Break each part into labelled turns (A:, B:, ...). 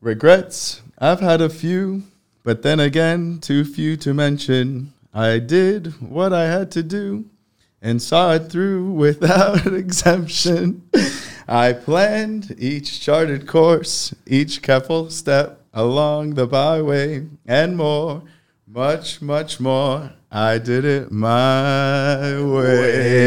A: Regrets, I've had a few, but then again, too few to mention. I did what I had to do and saw it through without exemption. I planned each charted course, each careful step along the byway, and more, much, much more. I did it my way.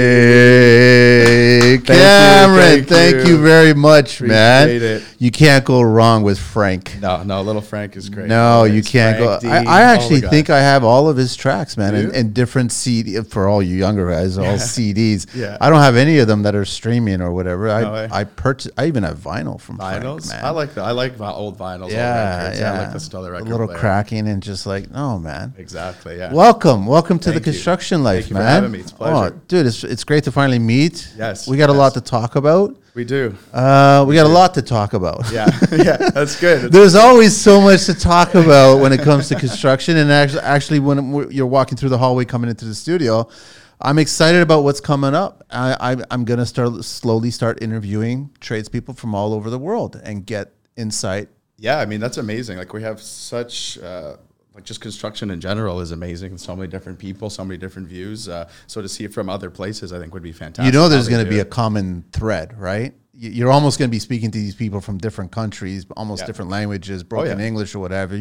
A: Thank you,
B: Cameron, thank, you. very much, man.
A: Appreciate it.
B: You can't go wrong with Frank.
A: No, no, little Frank is great.
B: No,
A: It's
B: you can't
A: Frank D,
B: go. I, I
A: all
B: actually
A: the guys.
B: think I have all of his tracks, man,
A: Do
B: and,
A: you?
B: and different CD for all you younger guys, all CDs.
A: Yeah.
B: I don't have any of them that are streaming or whatever. I
A: No way.
B: I purchased. I even have vinyl from
A: vinyls.
B: Frank, man.
A: I like the I like my old vinyls. old
B: yeah,
A: records.
B: yeah.
A: I like this other record.
B: A little
A: player.
B: cracking and just like, oh man.
A: Exactly. Yeah.
B: Welcome, welcome to the
A: Thank you.
B: construction life,
A: Thank you for
B: man.
A: having me. It's a pleasure.
B: Oh, dude, it's it's great to finally meet.
A: Yes,
B: we got a
A: yes.
B: lot to talk about.
A: we do.
B: Uh, we got a lot to talk about.
A: Yeah, yeah. That's good. It's-
B: There's always so much to talk about when it comes to construction, and actually, actually, when we're- you're walking through the hallway coming into the studio, I'm excited about what's coming up. I, I, I'm gonna start slowly start interviewing tradespeople from all over the world and get insight.
A: yeah, I mean that's amazing. Like we have such uh, like just construction in general is amazing. So many different people, so many different views. Uh, so to see it from other places, I think would be fantastic.
B: you know,
A: how
B: there's
A: they
B: gonna
A: do
B: be a
A: it.
B: common thread, right? You- You're almost gonna be speaking to these people from different countries, almost
A: Yeah. Oh,
B: different languages, broken
A: yeah.
B: English or whatever,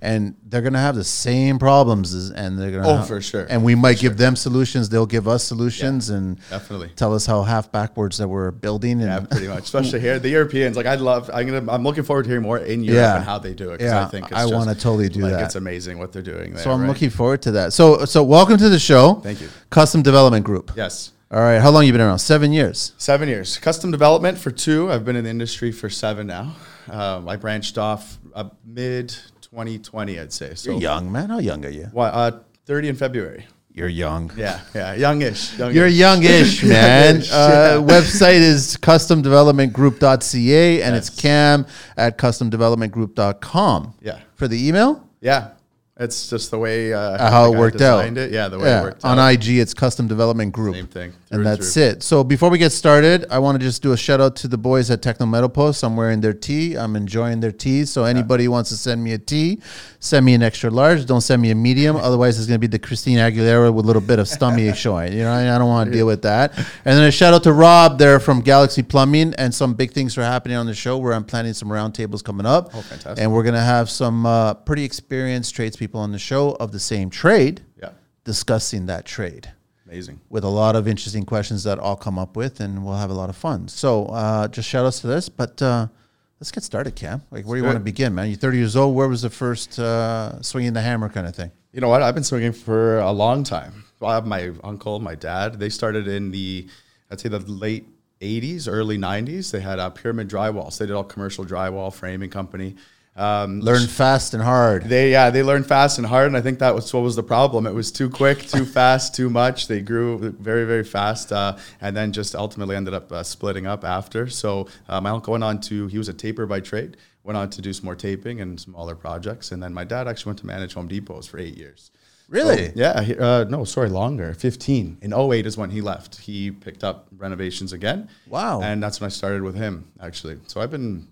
B: and they're gonna have the same problems, as, and they're gonna
A: Oh,
B: ha-
A: for sure.
B: And we might give them solutions; they'll give us solutions, and
A: definitely.
B: tell us how half backwards that we're building. And
A: Yeah, pretty much. Especially here, the Europeans. Like, I love. I'm gonna. I'm looking forward to hearing more in Europe
B: Yeah.
A: and how they do it. 'cause
B: Yeah,
A: I think it's
B: I
A: just,
B: wanna totally do
A: like,
B: that.
A: It's amazing what they're doing. There,
B: so I'm
A: right?
B: looking forward to that. So, so welcome to the show.
A: Thank you.
B: Custom Development Group.
A: Yes.
B: All right, how long you been around? Seven years.
A: Seven years. Custom development for two. I've been in the industry for seven now. Um, I branched off uh, mid 2020, I'd say. So,
B: You're young, man. How young are you?
A: Why, uh, 30 in February.
B: You're young.
A: Yeah, yeah, youngish. youngish.
B: You're youngish, man.
A: Youngish,
B: uh, Website is customdevelopmentgroup.ca and it's cam at customdevelopmentgroup.com.
A: Yeah.
B: For the email?
A: yeah. It's just the way uh,
B: Uh, how
A: like
B: it
A: I
B: worked out.
A: designed It. Yeah, the way it worked
B: On
A: out.
B: IG, it's Custom Development Group.
A: Same thing. Through
B: and that's
A: through.
B: it. So before we get started, I want to just do a shout out to the boys at Techno Metal Post. I'm wearing their tee. I'm enjoying their tees. So anybody who wants to send me a tee, send me an extra large. Don't send me a medium. Otherwise, it's going to be the Christine Aguilera with a little bit of stomach showing. You know, and I don't want to deal with that. And then a shout out to Rob there from Galaxy Plumbing. And some big things are happening on the show where I'm planning some roundtables coming up. Oh,
A: fantastic.
B: And we're going to have some uh, pretty experienced tradespeople on the show of the same trade
A: Yeah,
B: discussing that trade
A: amazing.
B: with a lot of interesting questions that I'll come up with, and we'll have a lot of fun. So, uh, just shout outs to this, but uh, let's get started, Cam. Like, where do you want to
A: it.
B: begin, man? You're 30 years old. Where was the first uh, swinging the hammer kind of thing?
A: You know what? I've been swinging for a long time. Well, I have my uncle, my dad, they started in the, I'd say the late 80s, early 90s. They had uh, Pyramid Drywalls. They did all commercial drywall framing company. Um,
B: Learn fast and hard.
A: They yeah, they learned fast and hard, and I think that was what was the problem. It was too quick, too fast, too much. They grew very very fast, uh, and then just ultimately ended up uh, splitting up after. So uh, my uncle went on to he was a taper by trade, went on to do some more taping and smaller projects, and then my dad actually went to manage Home Depots for eight years.
B: Really?
A: So, yeah. he- uh, no, sorry, longer. Fifteen. In 08 is when he left. He picked up renovations again.
B: Wow.
A: And that's when I started with him actually. So I've been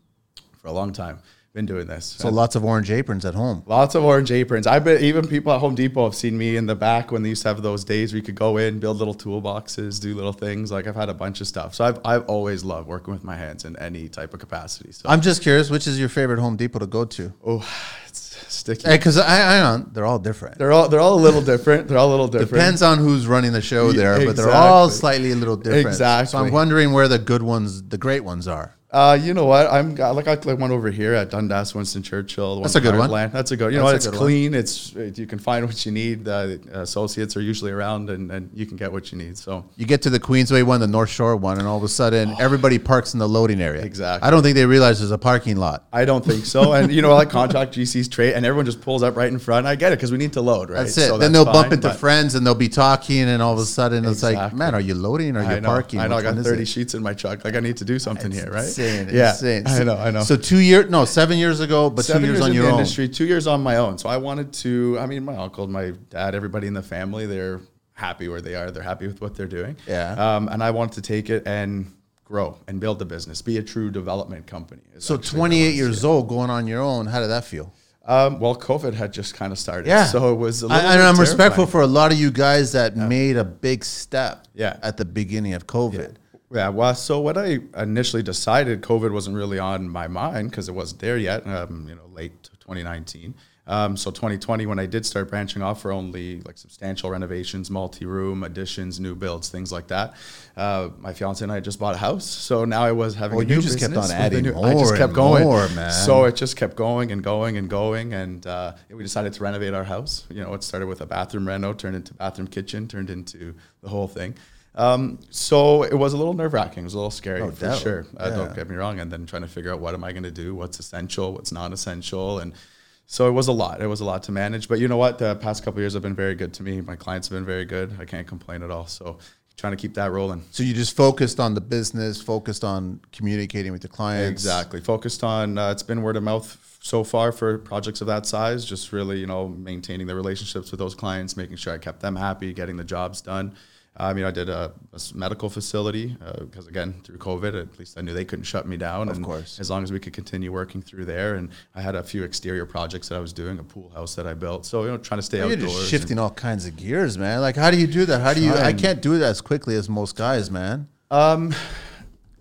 A: for a long time been doing this.
B: So, lots of orange aprons at home.
A: Lots of orange aprons. I bet even people at Home Depot have seen me in the back when they used to have those days where you could go in, build little toolboxes, do little things. Like I've had a bunch of stuff. So I've, I've always loved working with my hands in any type of capacity. So
B: I'm just curious, which is your favorite Home Depot to go to?
A: oh, it's sticky.
B: Because I, I don't, they're all different.
A: They're all they're all a little different. They're all a little different.
B: Depends on who's running the show there, but they're
A: exactly.
B: all slightly a little different. So
A: Exactly.
B: I'm wondering where the good ones, the great ones are.
A: Uh, you know what? I'm got- like I like one over here at Dundas, Winston Churchill. the
B: That's
A: one
B: a good one.
A: Heartland. That's a good. You know,
B: That's a
A: what? it's
B: good one.
A: clean. It's you can find what you need. The uh, associates are usually around, and, and you can get what you need. So
B: You get to the Queensway one, the North Shore one, and all of a sudden everybody parks in the loading area.
A: Exactly.
B: I don't think they realize there's a parking lot.
A: I don't think so. And you know, I contact GC's trade, and everyone just pulls up right in front. I get it because we need to load, right?
B: That's it.
A: So
B: then they'll bump
A: fine,
B: into
A: but
B: friends and they'll be talking, and all of a sudden it's like,
A: Exactly.
B: man, are you loading or are
A: I
B: you
A: know,
B: parking?
A: I know. I
B: Which
A: got
B: one is
A: thirty
B: it?"
A: sheets in my truck. Like I need to do something here, right?
B: Insane,
A: yeah,
B: insane.
A: I know. I know.
B: So two years, no, seven years ago, but two years, on
A: in
B: your
A: the
B: own.
A: industry, two years on my own. So I wanted to. I mean, my uncle, my dad, everybody in the family, they're happy where they are. They're happy with what they're doing.
B: Yeah.
A: Um, and I wanted to take it and grow and build a business, be a true development company. is
B: So
A: actually
B: 28
A: the
B: years old, going on your own. How did that feel?
A: Um, well, COVID had just kind of started.
B: Yeah.
A: So it was a little
B: I, and
A: bit
B: I'm respectful
A: terrifying.
B: for a lot of you guys that made a big step.
A: Yeah.
B: At the beginning of COVID.
A: Yeah. Well, so what I initially decided, COVID wasn't really on my mind because it wasn't there yet. Um, you know, late 2019. Um, so 2020, when I did start branching off for only like substantial renovations, multi-room additions, new builds, things like that. Uh, my fiance and I just bought a house, so now I was having.
B: Well,
A: a new
B: you just kept
A: business
B: on
A: with a
B: adding
A: new- I just
B: more
A: kept
B: and
A: going,
B: more, man.
A: So it just kept going and going and going, and uh, we decided to renovate our house. You know, it started with a bathroom reno, turned into bathroom kitchen, turned into the whole thing. Um, so it was a little nerve wracking. It was a little scary for
B: doubt.
A: sure. Uh,
B: Yeah.
A: Don't get me wrong. And then trying to figure out what am I going to do, what's essential, what's non essential, and so it was a lot. It was a lot to manage. But you know what? The past couple of years have been very good to me. My clients have been very good. I can't complain at all. So trying to keep that rolling.
B: So you just focused on the business, focused on communicating with the clients.
A: Exactly. Focused on uh, it's been word of mouth f- so far for projects of that size. Just really, you know, maintaining the relationships with those clients, making sure I kept them happy, getting the jobs done. I mean, I did a, a s- medical facility because again, through COVID, at least I knew they couldn't shut me down. Of
B: course.
A: as long as we could continue working through there, and I had a few exterior projects that I was doing, a pool house that I built. So you know, trying to stay
B: You're
A: outdoors.
B: just
A: and-
B: shifting all kinds of gears, man. Like, how do you do that? How do you? I
A: Trying.
B: can't do it as quickly as most guys, man.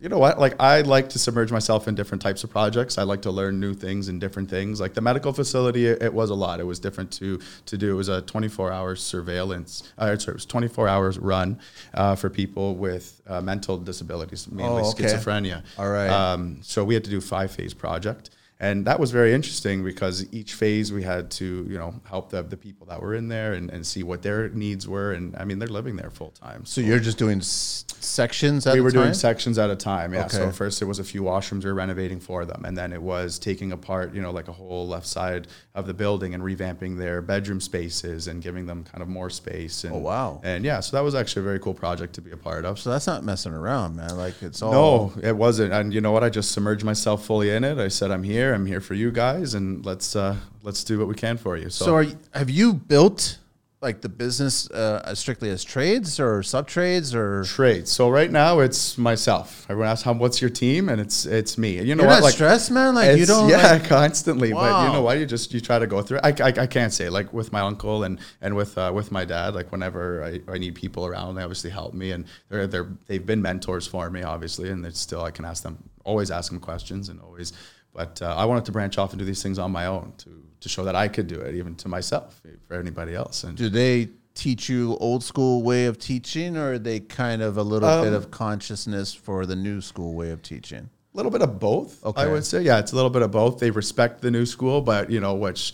A: you know what? Like I like to submerge myself in different types of projects. I like to learn new things and different things. Like the medical facility, it, it was a lot. It was different to to do. It was a 24 hour surveillance. Uh, sorry, it was 24 hours run uh, for people with uh, mental disabilities, mainly
B: Oh, okay.
A: schizophrenia.
B: All right.
A: Um, so we had to do five phase project. And that was very interesting because each phase we had to, you know, help the, the people that were in there and, and see what their needs were. And I mean, they're living there full time.
B: So you're just doing s- sections. At
A: We
B: a
A: were doing
B: time?
A: sections at a time. Yeah. So
B: Okay.
A: first it was a few washrooms we were renovating for them, and then it was taking apart, you know, like a whole left side of the building and revamping their bedroom spaces and giving them kind of more space. And,
B: Oh, wow.
A: And yeah, so that was actually a very cool project to be a part of.
B: So that's not messing around, man. Like it's
A: No,
B: all.
A: it wasn't. And you know what? I just submerged myself fully in it. I said, "I'm here. I'm here for you guys, and let's uh, let's do what we can for you." So,
B: So are you, have you built like the business uh, as strictly as trades or sub trades or?
A: trades. So right now it's myself. Everyone asks, "How? What's your team?" And it's it's me. And you know
B: You're
A: what?
B: not stressed, man. Like you
A: It's-
B: don't.
A: yeah,
B: like-
A: constantly. But
B: Wow.
A: you know what? You just you try to go through. It. I, I, I can't say like with my uncle and and with uh, with my dad. Like whenever I, I need people around, they obviously help me, and they're they're they've been mentors for me, obviously, and it's still I can ask them always ask them questions and always. But uh, I wanted to branch off and do these things on my own to to show that I could do it, even to myself, for anybody else. And
B: do they teach you old school way of teaching, or are they kind of a little bit of consciousness for the new school way of teaching?
A: A little bit of both.
B: Okay.
A: I would say, yeah, it's a little bit of both. They respect the new school, but you know which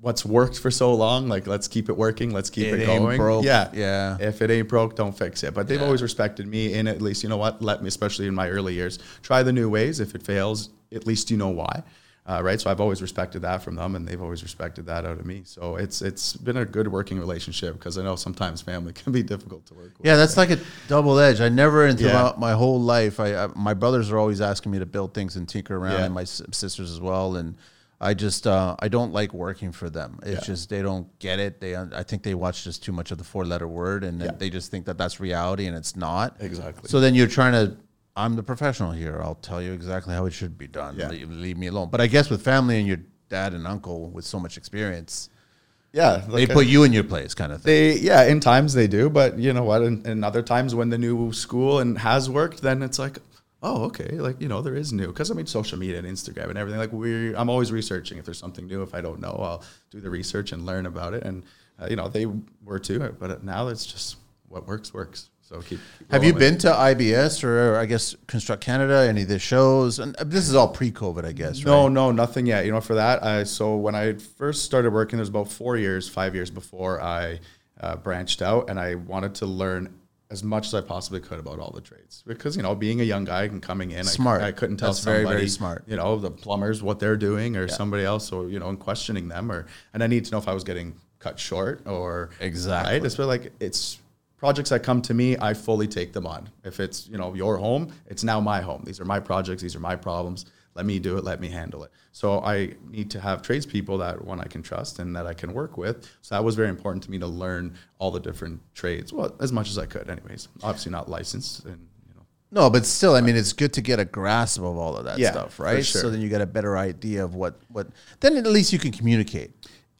A: what's worked for so long, like let's keep it working, let's keep
B: It
A: it,
B: ain't
A: going.
B: broke.
A: Yeah,
B: Yeah.
A: If it ain't broke, don't fix it. But they've always respected me in at least you know what. Let me, especially in my early years, try the new ways. If it fails, at least you know why. Uh, right, so I've always respected that from them, and they've always respected that out of me. So it's it's been a good working relationship because I know sometimes family can be difficult to work with.
B: Yeah, that's like a double edge. I never, and
A: Yeah.
B: throughout my whole life, I, I my brothers are always asking me to build things and tinker around,
A: Yeah.
B: and my s- sisters as well. And I just, uh, I don't like working for them. It's just they don't get it. They, I think they watch just too much of the four letter word, and then they just think that that's reality, and it's not.
A: Exactly.
B: So then you're trying to. I'm the professional here. I'll tell you exactly how it should be done.
A: Yeah.
B: Leave, leave me alone. But I guess with family and your dad and uncle with so much experience,
A: Yeah,
B: they
A: like I-
B: put you in your place, kind of thing.
A: They yeah, in times they do, but you know what? In, in other times when the new school and has worked, then it's like, oh okay, like you know there is new because I mean social media and Instagram and everything. Like we, I'm always researching if there's something new. If I don't know, I'll do the research and learn about it. And uh, you know they were too, but now it's just what works works. So keep. keep
B: Have you
A: rolling.
B: been to IBS or, I guess Construct Canada? Any of the shows? And uh, this is all pre-COVID, I guess. Right?
A: No, no, nothing yet. You know, for that, I so when I first started working, there was about four years, five years before I uh, branched out, and I wanted to learn as much as I possibly could about all the trades because you know, being a young guy and coming in,
B: Smart.
A: I, I couldn't tell
B: That's very,
A: somebody,
B: very smart.
A: You know, the plumbers what they're doing, or somebody else, or you know, and questioning them, or and I need to know if I was getting cut short or
B: Exactly.
A: Right? It's really like it's projects that come to me, I fully take them on. If it's you know your home, it's now my home. These are my projects. These are my problems. Let me do it. Let me handle it. So I need to have tradespeople that one I can trust and that I can work with. So that was very important to me to learn all the different trades. Well, as much as I could, anyways. Obviously not licensed and you know.
B: No, but still, I mean, it's good to get a grasp of all of that
A: Yeah,
B: stuff,
A: for
B: right?
A: sure.
B: So then you get a better idea of what what. Then at least you can communicate.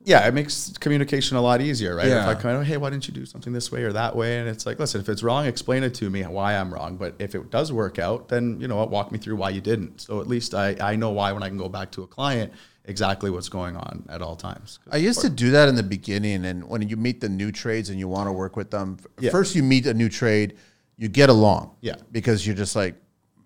A: yeah, it makes communication a lot easier, right?
B: Yeah.
A: If I come, out, hey, why didn't you do something this way or that way? And it's like, listen, if it's wrong, explain it to me why I'm wrong. But if it does work out, then you know what, walk me through why you didn't. So at least I, I know why when I can go back to a client exactly what's going on at all times.
B: I used to do that in the beginning, and when you meet the new trades and you want to work with them, f-
A: Yeah.
B: first you meet a new trade, you get along,
A: Yeah.
B: because you're just like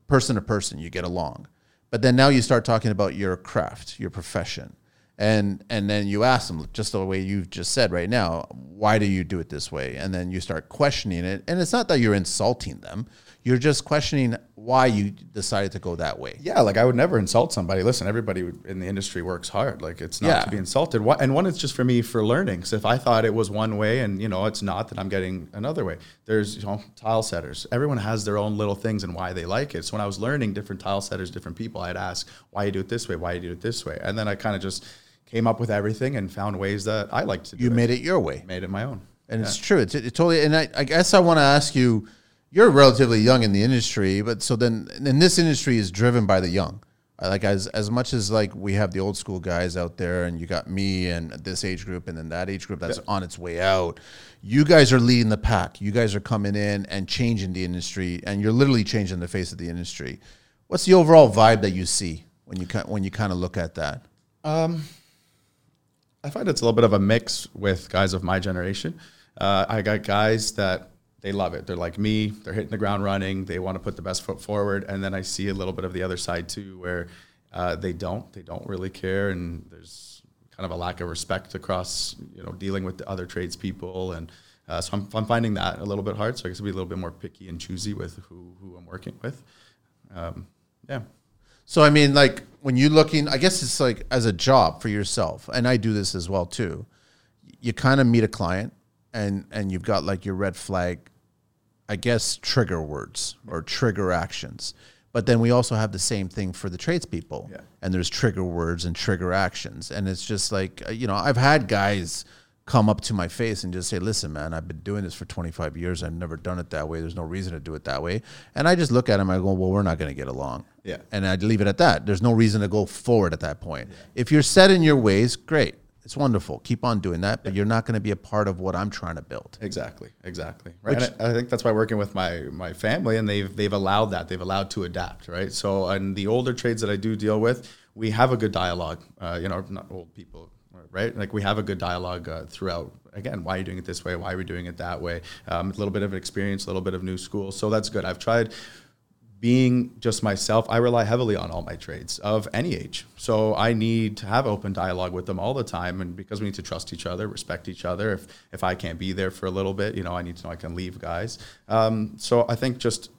B: person to person, you get along. But then now you start talking about your craft, your profession, and and then you ask them just the way you've just said right now, why do you do it this way? And then you start questioning it, and it's not that you're insulting them, you're just questioning why you decided to go that way.
A: Yeah, like I would never insult somebody. Listen, everybody would- in the industry works hard. Like it's not
B: Yeah.
A: to be insulted. Wha- And one, it's just for me for learning. So if I thought it was one way and you know it's not, then I'm getting another way. There's you know tile setters. Everyone has their own little things and why they like it. So when I was learning different tile setters, different people, I'd ask why you do it this way, why you do it this way, and then I kind of just came up with everything and found ways that I like to do
B: You
A: it.
B: made it your way.
A: made it my own.
B: And it's true. It's it totally. And I, I guess I want to ask you. You're relatively young in the industry, but so then, and this industry is driven by the young. Uh, Like as as much as like we have the old school guys out there, and you got me and this age group, and then that age group that's on its way out. You guys are leading the pack. You guys are coming in and changing the industry, and you're literally changing the face of the industry. What's the overall vibe that you see when you ki- when you kind of look at that?
A: I find it's a little bit of a mix with guys of my generation. Uh, I got guys that they love it. They're like me. They're hitting the ground running. They want to put the best foot forward. And then I see a little bit of the other side too, where uh, they don't. They don't really care, and there's kind of a lack of respect across you know dealing with the other tradespeople. And uh, so I'm, I'm finding that a little bit hard. So I guess I'll be a little bit more picky and choosy with who who I'm working with. Um, yeah.
B: So I mean, like when you're looking, I guess it's like as a job for yourself, and I do this as well too. You kind of meet a client, and and you've got like your red flag, I guess trigger words or trigger actions. But then we also have the same thing for the tradespeople,
A: Yeah.
B: and there's trigger words and trigger actions, and it's just like uh, you know I've had guys come up to my face and just say, "Listen, man, I've been doing this for 25 years. I've never done it that way. There's no reason to do it that way." And I just look at him. I go, "Well, we're not going to get along."
A: Yeah.
B: and I'd leave it at that. There's no reason to go forward at that point. If you're set in your ways, great. It's wonderful. Keep on doing that, but you're not going to be a part of what I'm trying to build.
A: Exactly, exactly. Right. and I, I think that's why working with my my family and they've they've allowed that. They've allowed to adapt, right? So and the older trades that I do deal with, we have a good dialogue. Uh, you know, not old people, right? Like we have a good dialogue uh, throughout. Again, why are you doing it this way? Why are we doing it that way? Um, a little bit of an experience, a little bit of new school. So that's good. I've tried being just myself, I rely heavily on all my trades of any age. So I need to have open dialogue with them all the time. And because we need to trust each other, respect each other, if, if I can't be there for a little bit, you know, I need to know I can leave guys. Um, so I think just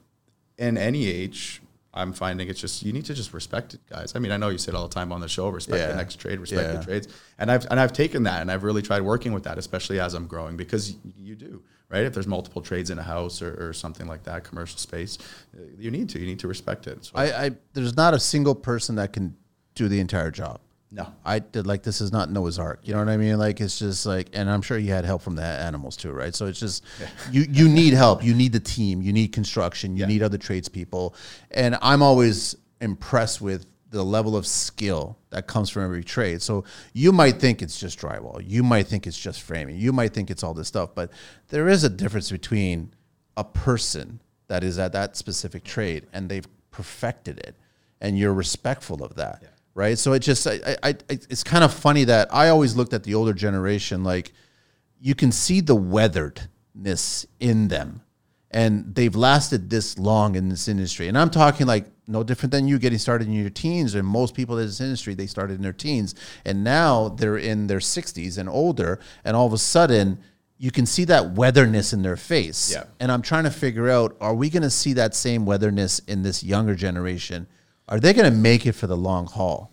A: in any age, I'm finding it's just you need to just respect it, guys. I mean, I know you say it all the time on the show, respect
B: Yeah.
A: the next trade, respect
B: Yeah.
A: the trades, and I've and I've taken that and I've really tried working with that, especially as I'm growing, because y- you do right. If there's multiple trades in a house or, or something like that, commercial space, uh, you need to you need to respect it. So
B: I, I there's not a single person that can do the entire job.
A: no,
B: I did like this is not Noah's Ark. You know what I mean? Like it's just like, and I'm sure he had help from the animals too, right? So it's just you you need help. You need the team. You need construction. You need other tradespeople. And I'm always impressed with the level of skill that comes from every trade. So you might think it's just drywall. You might think it's just framing. You might think it's all this stuff, but there is a difference between a person that is at that specific trade and they've perfected it and you're respectful of that right so it just I, I, I it's kind of funny that i always looked at the older generation like you can see the weatheredness in them and they've lasted this long in this industry and i'm talking like no different than you getting started in your teens and most people in this industry they started in their teens and now they're in their 60s and older and all of a sudden you can see that weatherness in their face
A: Yeah.
B: and i'm trying to figure out are we going to see that same weatherness in this younger generation are they going to make it for the long haul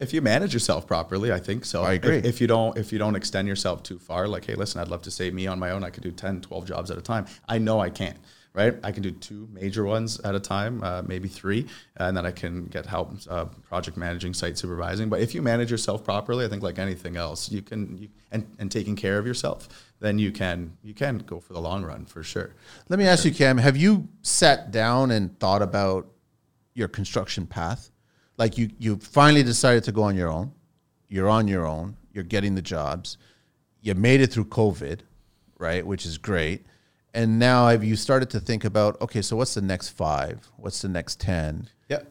A: if you manage yourself properly, I think so.
B: I agree.
A: If, if you don't, if you don't extend yourself too far, like, hey, listen, I'd love to say me on my own, I could do 10, 12 jobs at a time. I know I can't. right? I can do two major ones at a time, uh, maybe three, and then I can get help uh, project managing, site supervising. But if you manage yourself properly, I think like anything else, you can you, and and taking care of yourself, then you can you can go for the long run for sure.
B: Let me ask you, Cam, have you sat down and thought about your construction path? Like you, you finally decided to go on your own. You're on your own. You're getting the jobs. You made it through COVID, right? Which is great. And now have you started to think about, okay, so what's the next five? What's the next 10?
A: Yeah.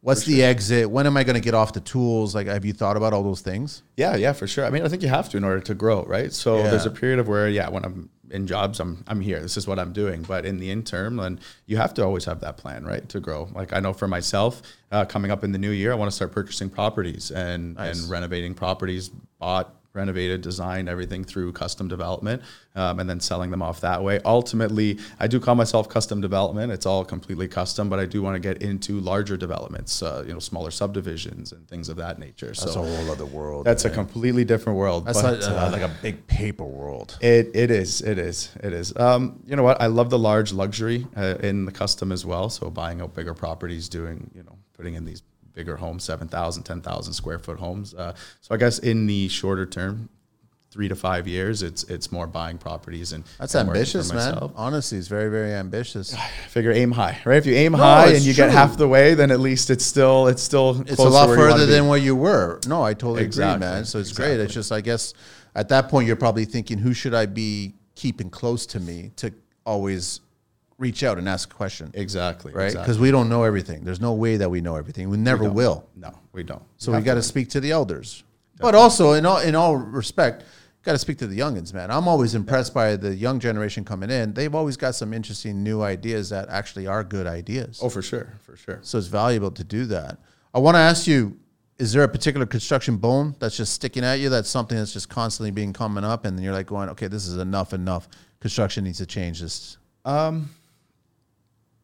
B: What's the exit? When am I going to get off the tools? Like, have you thought about all those things?
A: Yeah, yeah, for sure. I mean, I think you have to in order to grow, right? So
B: Yeah.
A: there's a period of where, yeah, when I'm in jobs, I'm I'm here. This is what I'm doing. But in the interim, then you have to always have that plan, right, to grow. Like I know for myself, uh, coming up in the new year, I want to start purchasing properties and and renovating properties bought. Renovated, designed everything through custom development, um, and then selling them off that way. Ultimately, I do call myself custom development. It's all completely custom, but I do want to get into larger developments, uh, you know, smaller subdivisions and things of that nature. so
B: whole other world.
A: that's a completely different world.
B: That's
A: but,
B: like, uh, like a big paper world.
A: it, it is. It is. It is. Um, you know what? I love the large luxury uh, in the custom as well. So buying out bigger properties, doing, you know, putting in these bigger homes, 7,000, 10,000 square foot homes. Uh, so I guess in the shorter term, three to five years, it's it's more buying properties and
B: That's
A: and working for
B: ambitious, man.
A: myself.
B: Honestly, it's very, very ambitious.
A: I figure aim high, right? If you aim high and
B: it's
A: you get
B: true.
A: half the way, then at least it's still it's still
B: It's a lot further than where you were. No, I totally
A: Exactly,
B: agree, man. So it's great. It's just, I guess, at that point, you're probably thinking, who should I be keeping close to me to always reach out and ask a question,
A: exactly
B: right? Because
A: Exactly.
B: we don't know everything. There's no way that we know everything. We never will.
A: No, we don't.
B: So we got to speak to the elders, but also in all in all respect, got to speak to the youngins, man. I'm always impressed by the young generation coming in. They've always got some interesting new ideas that actually are good ideas.
A: Oh, for sure, for sure.
B: So it's valuable to do that. I want to ask you: Is there a particular construction bone that's just sticking at you? That's something that's just constantly being coming up, and you're like going, "Okay, this is enough. Enough. Construction needs to change this."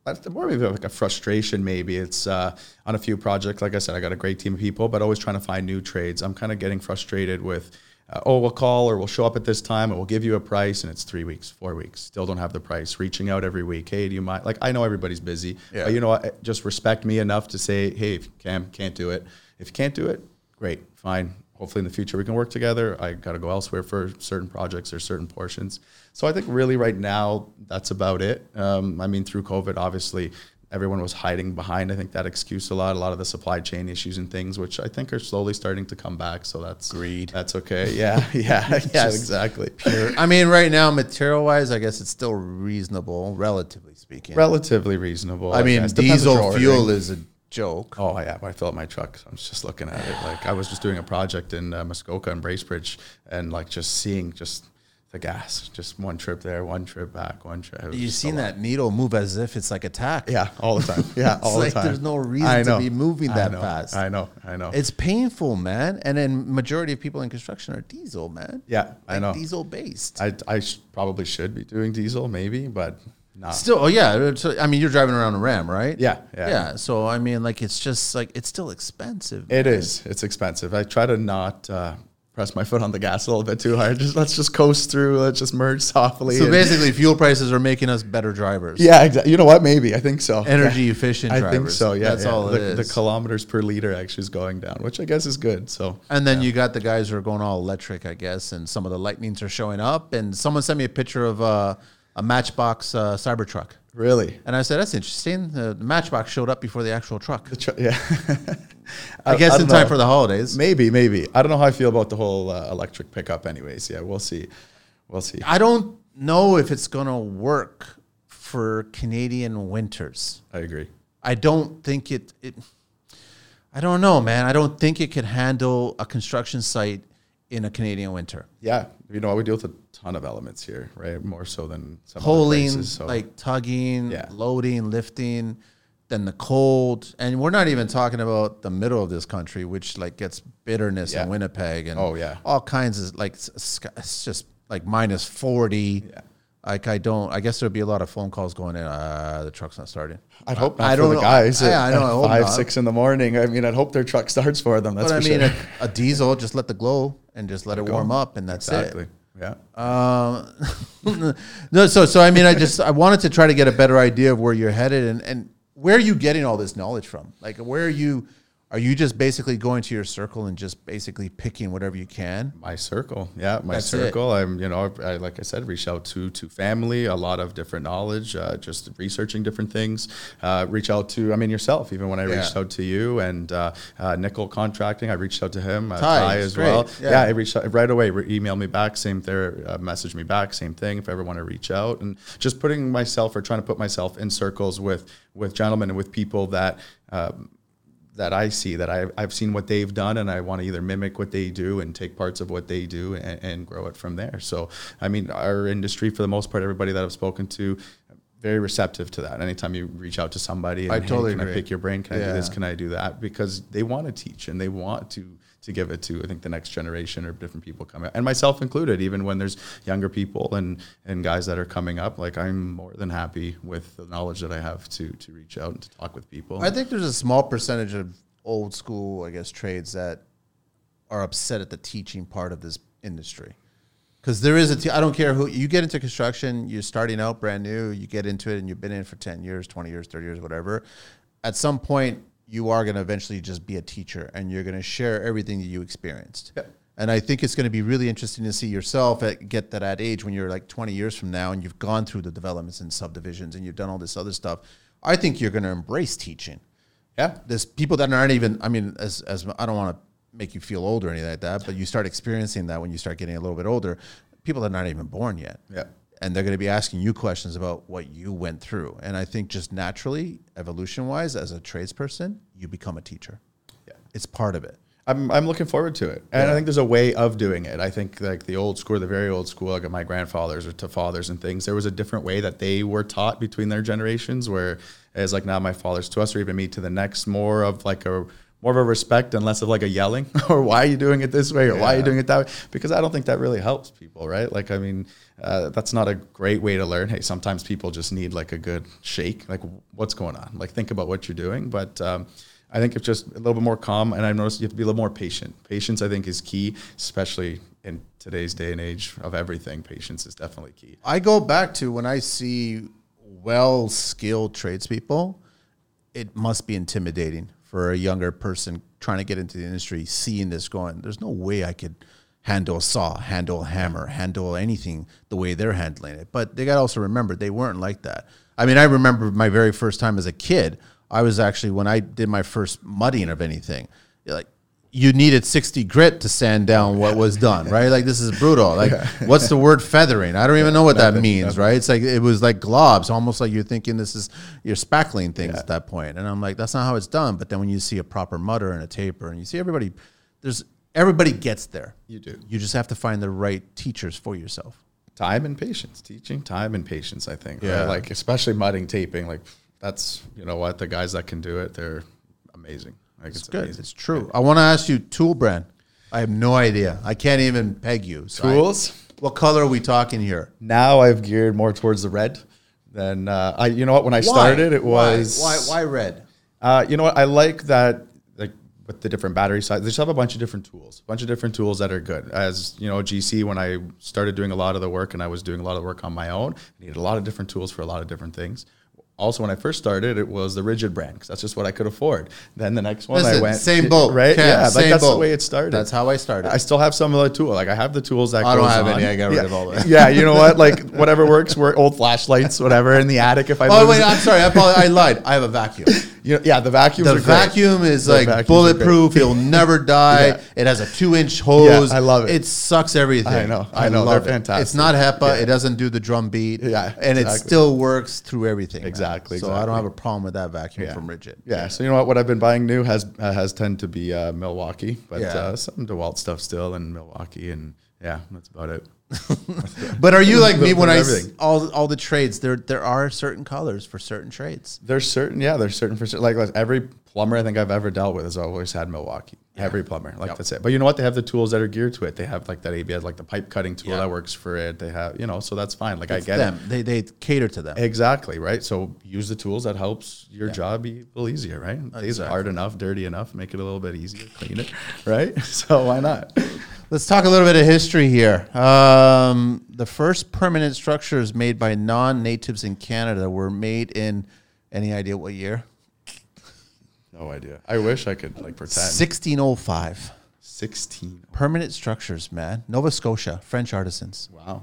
A: that's the- more of like a frustration maybe it's uh, on a few projects like i said i got a great team of people but always trying to find new trades i'm kind of getting frustrated with uh, oh we'll call or we'll show up at this time and we'll give you a price and it's three weeks four weeks still don't have the price reaching out every week hey do you mind like i know everybody's busy
B: Yeah.
A: but you know what just respect me enough to say hey if you can can't do it if you can't do it great fine hopefully in the future we can work together i got to go elsewhere for certain projects or certain portions so i think really right now that's about it um, i mean through covid obviously everyone was hiding behind i think that excuse a lot a lot of the supply chain issues and things which i think are slowly starting to come back so that's
B: Greed.
A: that's okay yeah yeah yeah exactly
B: I mean, right now, material wise, I guess it's still reasonable, relatively speaking.
A: relatively reasonable
B: I mean,
A: guess. Depends what you're
B: diesel
A: ordering.
B: fuel is a joke.
A: Oh yeah, when I fill up my truck, I was just looking at it. Like I was just doing a project in uh, Muskoka and Bracebridge, and like just seeing just the gas, just one trip there, one trip back, one trip. It was
B: You've
A: just a
B: seen
A: lot.
B: that needle move as if it's like attack.
A: Yeah, all the time. Yeah,
B: It's
A: all
B: like
A: the time.
B: there's no reason
A: I
B: to
A: know.
B: be moving
A: I
B: that
A: know.
B: fast.
A: I know. I know.
B: It's painful, man. And then majority of people in construction are diesel, man.
A: yeah, I
B: Like
A: know.
B: Diesel based.
A: I I sh- probably should be doing diesel, maybe, but not.
B: Still, oh yeah. it's- I mean, you're driving around a Ram, right?
A: Yeah, yeah.
B: Yeah. So I mean, like, it's just like it's still expensive.
A: It is. It's expensive. I try to not uh, press my foot on the gas a little bit too hard. Just let's just coast through. Let's just merge softly.
B: so
A: and-
B: basically, fuel prices are making us better drivers.
A: yeah, exactly. You know what? Maybe I think so. Yeah.
B: Energy efficient
A: I
B: drivers.
A: think so. Yeah,
B: That's
A: yeah.
B: all
A: the,
B: it is.
A: the kilometers per liter actually is going down, which I guess is good. So
B: And then you got the guys who are going all electric, I guess, and some of the lightnings are showing up. And someone sent me a picture of uh, a Matchbox uh, Cybertruck,
A: really,
B: and I said, "That's interesting." The the Matchbox showed up before the actual truck.
A: The tr- yeah.
B: I guess in
A: don't
B: time
A: know.
B: for the holidays.
A: maybe, maybe. I don't know how I feel about the whole uh, electric pickup. Anyways, yeah, we'll see. We'll see.
B: I don't know if it's gonna work for Canadian winters.
A: I agree.
B: I don't think it, it. I don't know, man. I don't think it could handle a construction site in a Canadian winter.
A: Yeah, you know, we deal with a ton of elements here, right? More so than some other
B: pulling,
A: places, so.
B: like tugging,
A: Yeah.
B: loading, lifting, then the cold, and we're not even talking about the middle of this country, which like gets bitterness
A: Yeah.
B: in Winnipeg and
A: Oh, yeah.
B: all kinds of like s- sc- it's just like minus forty.
A: Yeah.
B: Like I don't. I guess there'll be a lot of phone calls going in. Uh, the truck's not starting.
A: I'd hope not
B: I
A: for
B: don't
A: the
B: know.
A: guys.
B: Yeah,
A: at-
B: I know.
A: at
B: I hope
A: five,
B: not.
A: six in the morning. I mean, I'd hope their truck starts for them. That's
B: But I
A: for
B: mean,
A: sure.
B: a, a diesel, just let the glow and just let it warm up, and that's
A: exactly.
B: it.
A: Yeah.
B: Um, no, so so I mean, I just I wanted to try to get a better idea of where you're headed and and where are you getting all this knowledge from? Like, where are you? Are you just basically going to your circle and just basically picking whatever you can?
A: my circle yeah my
B: That's it.
A: circle i'm you know I, like i said reach out to to family a lot of different knowledge uh, just researching different things uh, reach out to i mean yourself even when i
B: Yeah.
A: reached out to you and uh, uh, nickel contracting i reached out to him uh,
B: Ty,
A: ty,
B: he's
A: as
B: great.
A: well
B: Yeah.
A: yeah. i reached out right away re- email me back same there uh, message me back same thing if i ever want to reach out and just putting myself or trying to put myself in circles with with gentlemen and with people that um, that I see that I've, I've seen what they've done and I want to either mimic what they do and take parts of what they do and, and grow it from there. So, I mean, our industry, for the most part, everybody that I've spoken to, very receptive to that. Anytime you reach out to somebody, and,
B: I totally
A: can
B: agree.
A: I pick your brain? Can I
B: Yeah.
A: do this? Can I do that? Because they want to teach and they want to to give it to I think the next generation or different people coming up, and myself included. Even when there's younger people and and guys that are coming up, like I'm more than happy with the knowledge that I have to to reach out and to talk with people.
B: I think there's a small percentage of old school, I guess, trades that are upset at the teaching part of this industry. Because there is a, te- I don't care who you get into construction, you're starting out brand new, you get into it and you've been in it for 10 years, 20 years, 30 years, whatever. At some point, you are going to eventually just be a teacher and you're going to share everything that you experienced.
A: Yeah.
B: And I think it's going to be really interesting to see yourself at, get to that age when you're like 20 years from now and you've gone through the developments and subdivisions and you've done all this other stuff. I think you're going to embrace teaching.
A: yeah.
B: There's people that aren't even, I mean, as, as I don't want to make you feel old or anything like that, but you start experiencing that when you start getting a little bit older. People that are not even born yet.
A: Yeah.
B: And they're going to be asking you questions about what you went through. And I think just naturally, evolution wise, as a tradesperson, you become a teacher.
A: Yeah.
B: It's part of it.
A: I'm, I'm looking forward to it. And I think there's a way of doing it. I think like the old school, the very old school, like my grandfathers or to fathers and things, there was a different way that they were taught between their generations where it's like now my fathers to us or even me to the next more of like a more of a respect and less of like a yelling or why are you doing it this way or why are you
B: Yeah.
A: doing it that way? Because I don't think that really helps people, right? Like, I mean, uh, that's not a great way to learn. Hey, sometimes people just need like a good shake. Like what's going on? Like think about what you're doing. But, um, I think it's just a little bit more calm, and I've noticed you have to be a little more patient. Patience, I think, is key, especially in today's day and age of everything. Patience is definitely key.
B: I go back to when I see well skilled tradespeople, it must be intimidating for a younger person trying to get into the industry, seeing this going, there's no way I could handle a saw, handle a hammer, handle anything the way they're handling it. But they got to also remember they weren't like that. I mean, I remember my very first time as a kid, I was actually, when I did my first mudding of anything, you're like, you needed 60 grit to sand down what was done, right? Like, this is brutal. Like, what's the word feathering? I don't even know what that means, right? It's like, it was like globs, almost like you're thinking this is, you're spackling things at that point. And I'm like, that's not how it's done. But then when you see a proper mutter and a taper and you see everybody, there's, everybody gets there.
A: You do.
B: You just have to find the right teachers for yourself.
A: Time and patience, teaching time and patience. I think, right?
B: Yeah.
A: like especially mudding, taping. Like that's you know what the guys that can do it, they're amazing. Like it's,
B: It's good.
A: amazing.
B: It's true. I want to ask you tool brand. I have no idea. I can't even peg you. So I-
A: Tools.
B: what color are we talking here?
A: Now I've geared more towards the red. than uh, I, you know what? When I started, it
B: Why?
A: was
B: why, why, red?
A: Uh, you know what? I like that, like with the different battery sizes. They just have a bunch of different tools, a bunch of different tools that are good. As you know, GC when I started doing a lot of the work and I was doing a lot of work on my own, I needed a lot of different tools for a lot of different things. Also, when I first started, it was the rigid brand because that's just what I could afford. Then the next one, I
B: Listen,
A: went
B: same boat,
A: right?
B: Cam,
A: yeah,
B: same
A: like that's
B: boat.
A: the way it started.
B: That's how I started.
A: I still have some of the tool. Like I have the tools that
B: I don't
A: goes
B: have
A: on.
B: any. I got rid
A: yeah.
B: of all that.
A: Yeah, you know what? Like whatever works. Work old flashlights, whatever in the attic. If I
B: oh
A: lose
B: wait,
A: it.
B: I'm sorry. I, apologize. I lied. I have a vacuum.
A: You know, yeah, the vacuums.
B: The
A: are great.
B: vacuum is
A: The vacuums are
B: like
A: great.
B: bulletproof. It'll never die.
A: Yeah.
B: It has a two-inch hose.
A: I love it.
B: It sucks everything.
A: I know, I know, they're
B: love it.
A: fantastic.
B: It's not HEPA. It doesn't do the drum beat.
A: Yeah,
B: and it
A: exactly.
B: still works through everything. man.
A: Exactly,
B: So I don't
A: exactly.
B: have a problem with that vacuum
A: Yeah.
B: from Rigid.
A: Yeah, so you know what? What I've been buying new has uh, has tend to be uh, Milwaukee, but
B: Yeah.
A: uh, some Dewalt stuff still in Milwaukee, and yeah, that's about it.
B: But are you like me
A: Little
B: when
A: bit
B: I
A: of
B: s-
A: everything.
B: all all the trades? There there are certain colors for certain trades.
A: There's certain, yeah, there's certain for cer- like, like every plumber I think I've ever dealt with has always had Milwaukee. Every plumber, like
B: Yep.
A: that's it. But you know what? They have the tools that are geared to it. They have like that ABS, like the pipe cutting tool
B: Yeah.
A: that works for it. They have, you know, so that's fine. Like I
B: It's
A: get
B: them.
A: it.
B: They they cater to them.
A: Exactly right. So use the tools that helps your job be a little easier, right? These are hard enough, dirty enough. Make it a little bit easier, clean it, right? So why not?
B: Let's talk a little bit of history here. Um, the first permanent structures made by non-natives in Canada were made in any idea what year?
A: No idea. I wish I could like pretend.
B: 1605.
A: Sixteen.
B: Permanent structures, man. Nova Scotia, French artisans.
A: Wow.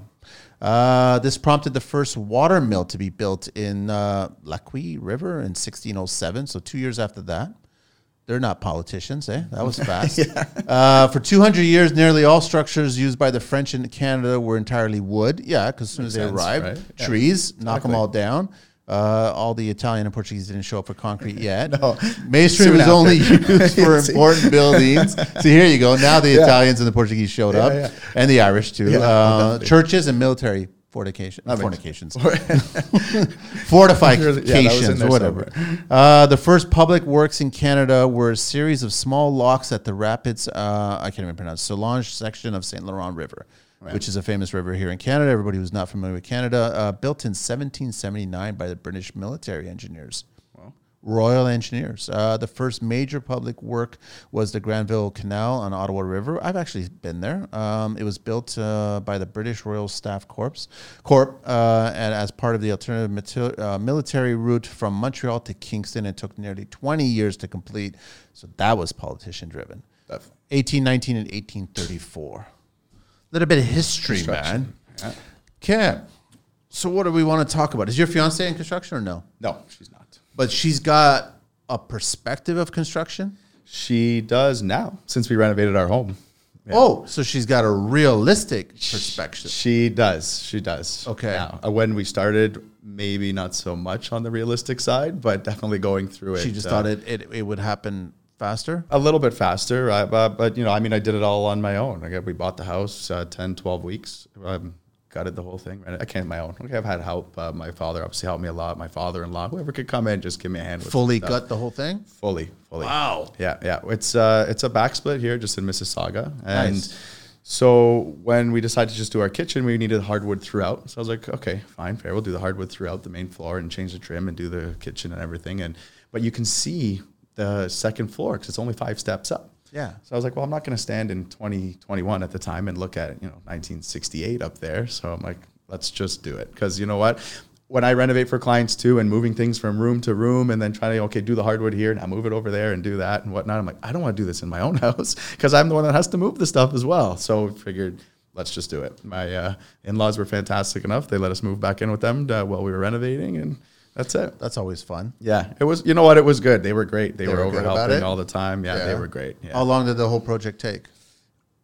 B: Uh, this prompted the first water mill to be built in uh, Laqui River in 1607. So two years after that. They're not politicians, eh? That was fast. uh, for 200 years, nearly all structures used by the French in Canada were entirely wood. Yeah, because as soon as they
A: sense,
B: arrived,
A: right? Yeah.
B: trees, knock them all down. Uh, all the Italian and Portuguese didn't show up for concrete yet. Masonry
A: Soon
B: was
A: after.
B: only used for
A: See?
B: important buildings. So here you go. Now the Italians and the Portuguese showed up,
A: yeah.
B: and the Irish too. uh, churches and military fornication,
A: makes
B: fornications,
A: Yeah, that was in
B: fortifications,
A: there
B: whatever. Uh, the first public works in Canada were a series of small locks at the rapids. Uh, I can't even pronounce Solange section of Saint Laurent River. Which is a famous river here in Canada. Everybody who's not familiar with Canada, uh, built in 1779 by the British military engineers. Royal Engineers. Uh, the first major public work was the Granville Canal on Ottawa River. I've actually been there. Um, it was built uh, by the British Royal Staff Corps, Corp, uh, and as part of the alternative mati- uh, military route from Montreal to Kingston. It took nearly 20 years to complete, so that was politician driven.
A: Definitely.
B: 1819 and 1834. A little bit of history, man. Cam, so what do we want to talk about? Is your fiance in construction or no?
A: No, she's not.
B: But she's got a perspective of construction.
A: She does now since we renovated our home. Yeah.
B: Oh, so she's got a realistic perspective.
A: She does. She does.
B: Okay.
A: Now, uh, when we started, maybe not so much on the realistic side, but definitely going through it.
B: She just
A: uh,
B: thought it, it it would happen faster.
A: a little bit faster. I, uh, but, you know, I mean, I did it all on my own. I got, we bought the house uh, 10, 12 weeks. Um, gutted the whole thing. Ran it. I can't my own. Okay, I've had help. Uh, my father obviously helped me a lot. My father-in-law, whoever could come in, just give me a hand. With
B: Fully
A: stuff.
B: gut the whole thing.
A: Fully, fully.
B: Wow.
A: Yeah, yeah. It's uh, it's a back split here, just in Mississauga, and
B: Nice.
A: so when we decided to just do our kitchen, we needed hardwood throughout. So I was like, okay, fine, fair. We'll do the hardwood throughout the main floor and change the trim and do the kitchen and everything. And but you can see the second floor because it's only five steps up.
B: Yeah.
A: So I was like, well, I'm not going to stand in 2021 at the time and look at you know 1968 up there. So I'm like, let's just do it because you know what. When I renovate for clients too, and moving things from room to room, and then trying to okay do the hardwood here, now move it over there, and do that and whatnot. I'm like, I don't want to do this in my own house because I'm the one that has to move the stuff as well. So I figured, let's just do it. My uh, in-laws were fantastic enough; they let us move back in with them uh, while we were renovating, and that's it.
B: That's always fun.
A: Yeah, it was. You know what? It was good. They were great. They, were,
B: were
A: over
B: good about it?
A: helping all the time. Yeah, they
B: Yeah.
A: were great. Yeah.
B: How long did the whole project take?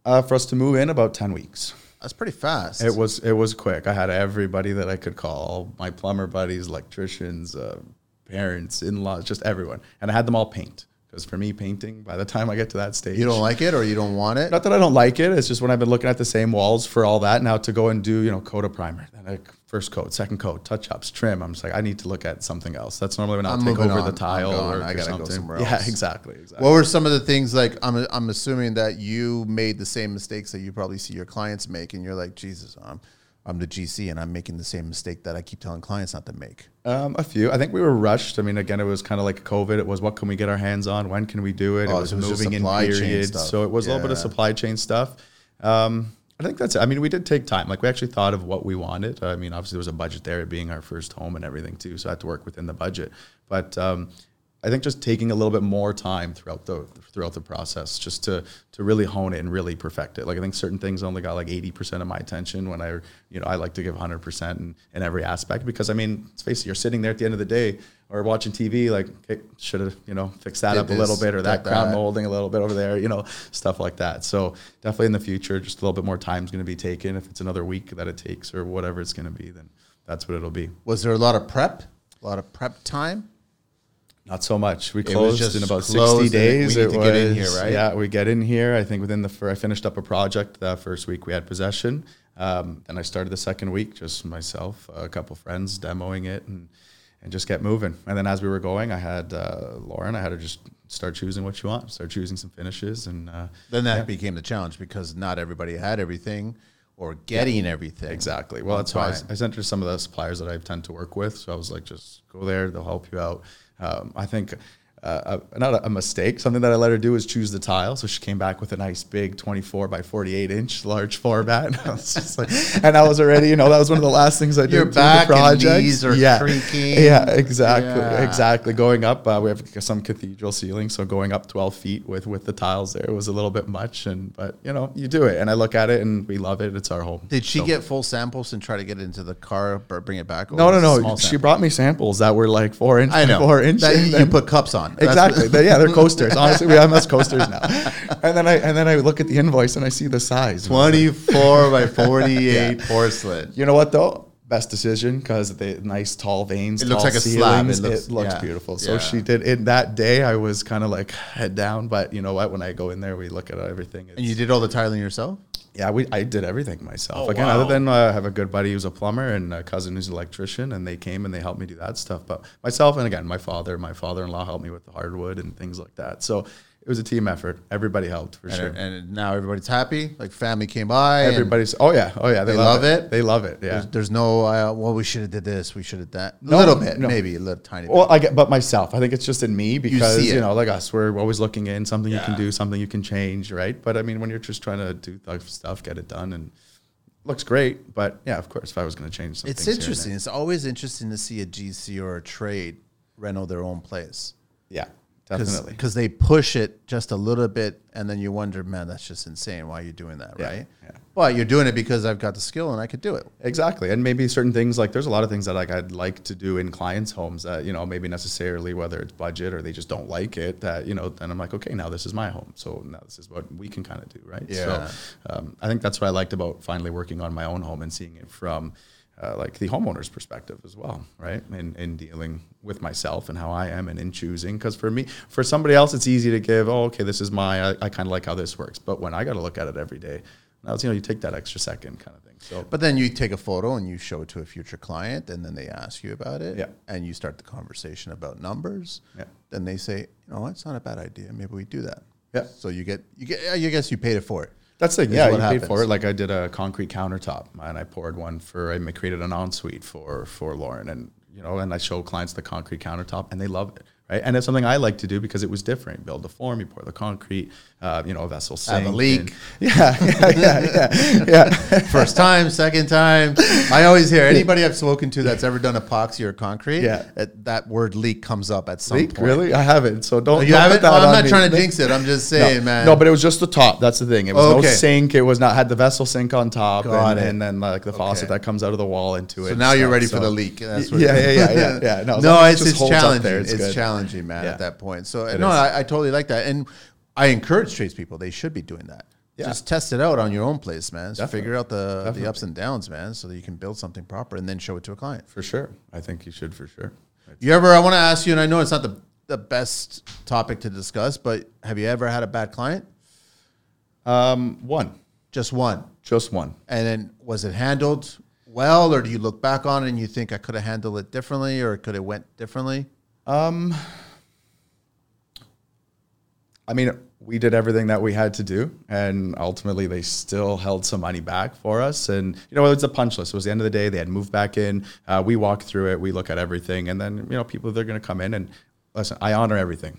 A: Uh, for us to move in about 10 weeks.
B: That's pretty fast.
A: It was it was quick. I had everybody that I could call, my plumber buddies, electricians, uh, parents, in-laws, just everyone. And I had them all paint because for me painting by the time I get to that stage
B: you don't like it or you don't want it.
A: not that I don't like it. It's just when I've been looking at the same walls for all that now to go and do you know coat of primer, then like first coat, second coat, touch ups, trim. I'm just like I need to look at something else. That's normally when I'll
B: I'm
A: take
B: moving
A: over
B: on.
A: the
B: I'm
A: tile
B: gone.
A: or,
B: I
A: or
B: gotta go
A: something.
B: somewhere
A: Yeah,
B: else.
A: exactly. Exactly.
B: What were some of the things like? I'm I'm assuming that you made the same mistakes that you probably see your clients make, and you're like, Jesus, I'm I'm the GC, and I'm making the same mistake that I keep telling clients not to make.
A: Um, a few. I think we were rushed. I mean, again, it was kind of like COVID. It was what can we get our hands on? When can we do it?
B: Oh,
A: it was
B: so it was just
A: moving in
B: supply chain
A: periods.
B: stuff.
A: So it was a little bit of
B: Yeah.
A: supply chain stuff. Um, I think that's it. I mean, we did take time. Like we actually thought of what we wanted. I mean, obviously there was a budget there it being our first home and everything too. So I had to work within the budget. But um, I think just taking a little bit more time throughout the throughout the process, just to to really hone it and really perfect it. Like I think certain things only got like eighty percent of my attention when I, you know, I like to give hundred percent in, in every aspect because I mean, let's face it, you're sitting there at the end of the day or watching TV, like okay, should have you know fixed that
B: Did
A: up a little
B: this,
A: bit or
B: did
A: that crown
B: that.
A: molding a little bit over there, you know, stuff like that. So definitely in the future, just a little bit more time is going to be taken. If it's another week that it takes or whatever it's going to be, then that's what it'll be.
B: Was there a lot of prep? A lot of prep time?
A: Not so much. We
B: was
A: closed
B: just
A: in about
B: closed
A: sixty
B: and
A: days.
B: we need
A: It
B: to get in
A: was-
B: here, right?
A: Yeah, we get in here. I think within the fir- I finished up a project the first week we had possession, um, and I started the second week just myself, a couple friends demoing it, and and just kept moving. And then as we were going, I had uh, Lauren. I had her just start choosing what you want, start choosing some finishes, and uh,
B: Then that became the challenge because not everybody had everything or getting everything.
A: Exactly. Well, that's why I, I sent her some of the suppliers that I tend to work with. So I was like, just go there; they'll help you out. Um, I think uh, a, not a, a mistake. Something that I let her do is choose the tile. So she came back with a nice big 24 by 48 inch large format. And I was just like, and I was already, you know, that was one of the last things I did.
B: Your
A: through
B: back
A: the
B: and
A: project.
B: knees are
A: yeah.
B: creaking.
A: Yeah, exactly,
B: Yeah.
A: exactly. Going up, uh, we have some cathedral ceiling, so going up 12 feet with with the tiles there was a little bit much. And but you know, you do it. And I look at it and we love it. It's our home.
B: Did she
A: So-
B: get full samples and try to get it into the car or bring it back?
A: No,
B: Or
A: no, no.
B: small
A: She
B: samples?
A: brought me samples that were like four inch,
B: I know.
A: four inch.
B: That
A: and
B: you- you
A: then-
B: put cups on. That's what-
A: Exactly. They- yeah, they're coasters. Honestly, we have them as coasters now. And then I and then I look at the invoice and I see the size.
B: 24 by 48 porcelain.
A: You know what though? Best decision because the nice tall veins.
B: It looks
A: tall
B: like a slab. It
A: ceilings, It
B: looks-
A: looks,
B: yeah.
A: beautiful. So
B: Yeah.
A: she did. In that day, I was kind of like head down, but you know what? When I go in there, we look at everything.
B: And
A: It's-
B: you did all the tiling yourself?
A: yeah, we I did everything myself.
B: Oh,
A: Again,
B: wow.
A: other than uh, I have a good buddy who's a plumber and a cousin who's an electrician, and they came and they helped me do that stuff. But myself and again, my father, my father-in-law helped me with the hardwood and things like that. So it was a team effort. Everybody helped for
B: And,
A: sure.
B: and now everybody's happy. Like family came by. and
A: Everybody's oh yeah, oh yeah, they,
B: They
A: love,
B: love
A: it.
B: it?
A: They love it. Yeah.
B: There's, there's no, uh, well, we should have did this. We should have that. A
A: No,
B: little bit,
A: no.
B: maybe a little tiny
A: Well, I get, but myself, I think it's just in me because
B: see
A: you,
B: it.
A: know, like us, we're always looking in something you can
B: Yeah.
A: do, something you can change, right? But I mean, when you're just trying to do th- stuff, get it done, and looks great. But yeah, of course, if I was going to change something,
B: bit. It's interesting. It's always interesting to see a GC or a trade reno their own place.
A: Yeah, definitely.
B: Because they push it just a little bit, and then you wonder, man, that's just insane. Why are you doing that,
A: Yeah,
B: right?
A: yeah.
B: But you're doing it because I've got the skill and I could do it.
A: Exactly, and maybe certain things like there's a lot of things that like I'd like to do in clients' homes that you know maybe necessarily whether it's budget or they just don't like it that you know then I'm like okay now this is my home so now this is what we can kind of do right
B: Yeah.
A: so um, I think that's what I liked about finally working on my own home and seeing it from uh, like the homeowner's perspective as well right and in dealing with myself and how I am and in choosing because for me for somebody else it's easy to give oh okay this is my I, I kind of like how this works but when I got to look at it every day now it's you know you take that extra second kind of thing so.
B: But then you take a photo and you show it to a future client, and then they ask you about it.
A: Yeah.
B: And you start the conversation about numbers.
A: Yeah.
B: Then they say, you know, what? it's not a bad idea. Maybe we do that.
A: Yeah.
B: So you get, you get, I guess you paid it for it.
A: That's the thing.
B: is
A: Yeah,
B: what
A: you paid for
B: happens.
A: it. Like I did a concrete countertop, and I poured one for. I ma- created an ensuite for for Lauren, and you know, and I show clients the concrete countertop, and they love it. Right, and it's something I like to do because it was different. Build the form, you pour the concrete, uh, you know, a vessel
B: Have a
A: sink.
B: leak.
A: and- yeah, yeah, yeah, yeah, yeah.
B: First time, second time. I always hear anybody I've spoken to that's ever done epoxy or concrete.
A: Yeah.
B: That, that word leak comes up at some
A: Leak,
B: point.
A: really? I haven't. So don't.
B: You
A: don't
B: haven't?
A: Put that
B: Well, I'm
A: on
B: not
A: me.
B: trying to
A: Leak-
B: jinx it. I'm just
A: No,
B: saying, man.
A: No, but it was just the top. That's the thing. It was
B: Okay.
A: no sink. It was not had the vessel sink on top,
B: Got
A: and,
B: it.
A: and then like the faucet
B: Okay.
A: that comes out of the wall into it.
B: So
A: and
B: now you're
A: stuff,
B: ready for
A: so-
B: the leak. That's
A: Y- yeah, yeah, yeah, yeah, yeah. No,
B: No,
A: as long as it
B: it's,
A: just
B: it's
A: holds up
B: challenging.
A: there,
B: it's
A: it's good.
B: challenging, man,
A: Yeah.
B: at that point. So
A: It
B: no,
A: is.
B: I, I totally like that, and I encourage tradespeople. They should be doing that.
A: Yeah.
B: Just test it out on your own place, man. So
A: Definitely.
B: figure out the
A: Definitely.
B: the ups and downs, man, so that you can build something proper and then show it to a client.
A: For sure. I think you should for sure.
B: You ever? I want to ask you, and I know it's not the the best topic to discuss, but have you ever had a bad client?
A: Um, one,
B: Just one,
A: just one.
B: and then was it handled well, or do you look back on it and you think I could have handled it differently, or could have went differently?
A: I mean, we did everything that we had to do, and ultimately they still held some money back for us. And you know, it was a punch list. It was the end of the day. They had moved back in. Uh, we walk through it. We look at everything, and then you know, people they're going to come in and listen. I honor everything.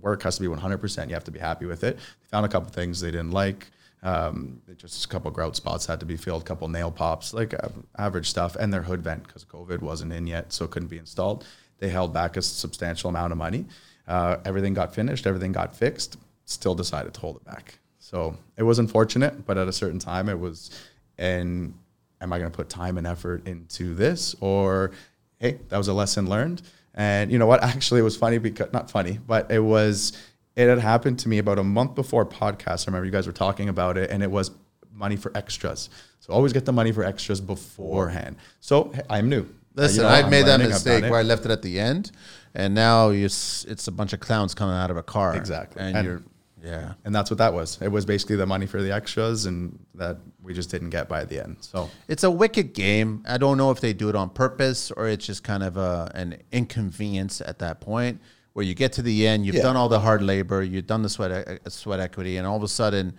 A: Work has to be 100. percent You have to be happy with it. They found a couple things they didn't like. Um, it just a couple grout spots had to be filled, couple nail pops, like uh, average stuff, and their hood vent because COVID wasn't in yet, so it couldn't be installed. They held back a substantial amount of money. Uh, everything got finished, everything got fixed. Still decided to hold it back. So it was unfortunate, but at a certain time, it was. And am I going to put time and effort into this, or hey, that was a lesson learned? And you know what? Actually, it was funny because not funny, but it was. It had happened to me about a month before podcast. I remember you guys were talking about it, and it was money for extras. So always get the money for extras beforehand. So hey, I'm new.
B: Listen,
A: You know,
B: I've
A: I'm
B: made that
A: learning, I've done
B: mistake
A: it.
B: where I left it at the end, and now you s- it's a bunch of clowns coming out of a car.
A: Exactly.
B: and,
A: And-
B: you're yeah.
A: and that's what that was. It was basically the money for the extras, and that we just didn't get by the end. So
B: It's a wicked game. I don't know if they do it on purpose or it's just kind of a, an inconvenience at that point where you get to the end, you've
A: Yeah.
B: done all the hard labor, you've done the sweat e- sweat equity, and all of a sudden,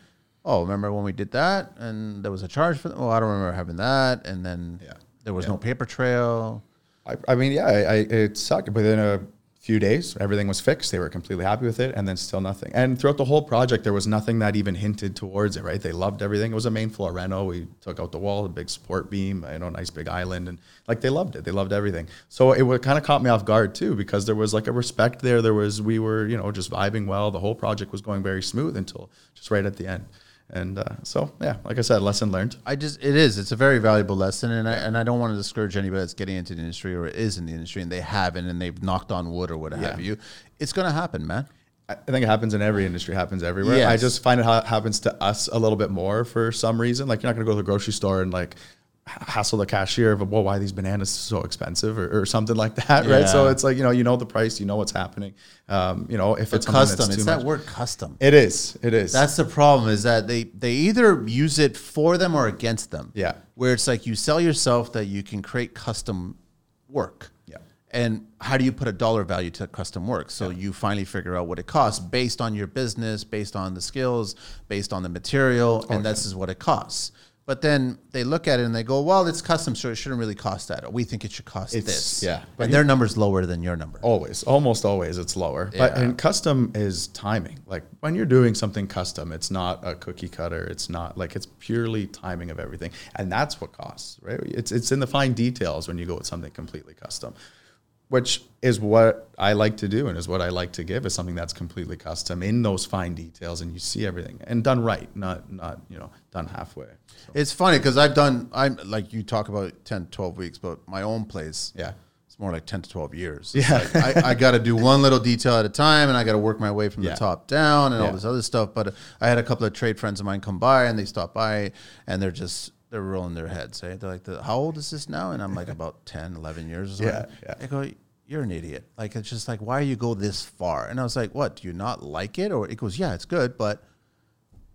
B: oh, remember when we did that and there was a charge for? Oh, I don't remember having that, and then
A: Yeah.
B: there was
A: Yeah.
B: no paper trail.
A: I, I mean, yeah, I, I, it sucked. But then, uh, few days, everything was fixed. They were completely happy with it, and then still nothing. And throughout the whole project, there was nothing that even hinted towards it. Right? They loved everything. It was a main floor reno. We took out the wall, a big support beam, you know, nice big island, and like they loved it. They loved everything. So it kind of caught me off guard too, because there was like a respect there. There was we were you know just vibing well. The whole project was going very smooth until just right at the end. And uh, so yeah, like I said, lesson learned.
B: I just it is. It's a very valuable lesson, and I and I don't want to discourage anybody that's getting into the industry or is in the industry and they haven't and they've knocked on wood or what have you. It's gonna happen, man.
A: I I think it happens in every industry, happens everywhere. I
B: Yes.
A: just find it ha- happens to us a little bit more for some reason. Like you're not going to go to the grocery store and like h- hassle the cashier of, well, why are these bananas so expensive or, or something like that, right? So
B: Yeah.
A: it's like, you know, you know the price, you know what's happening. Um, you know, if it's something that's
B: Custom.
A: too
B: It's that
A: much-
B: word custom.
A: It is. It is.
B: That's the problem is that they they either use it for them or against them.
A: Yeah.
B: Where it's like you sell yourself that you can create custom work.
A: Yeah.
B: And how do you put a dollar value to custom work? So you finally figure out what it costs based on your business, based on the skills, based on the material,
A: Oh,
B: and this is what it costs. But then they look at it and they go, "Well, it's custom, so it shouldn't really cost that. We think it should cost
A: It's-
B: this."
A: yeah. But Oh.
B: and their number's lower than your number.
A: always almost always it's lower but
B: Yeah.
A: and custom is timing like when you're doing something custom it's not a cookie cutter it's not like it's purely timing of everything and that's what costs right it's it's in the fine details when you go with something completely custom which is what I like to do and is what I like to give is something that's completely custom in those fine details and you see everything and done right not not you know done halfway
B: It's funny because I've done, I'm like you talk about 10, 12 weeks, but my own place,
A: Yeah.
B: it's more like 10 to 12 years. It's Like I, I got to do one little detail at a time and I got to work my way from
A: Yeah.
B: the top down and
A: Yeah.
B: all this other stuff. But I had a couple of trade friends of mine come by and they stopped by and they're just, they're rolling their heads, right? They're like, the, how old is this now? And I'm like, about 10, 11 years or something.
A: Yeah, yeah.
B: I go, you're an idiot. Like, it's just like, why you go this far? And I was like, what? Do you not like it? Or it goes, yeah, it's good, but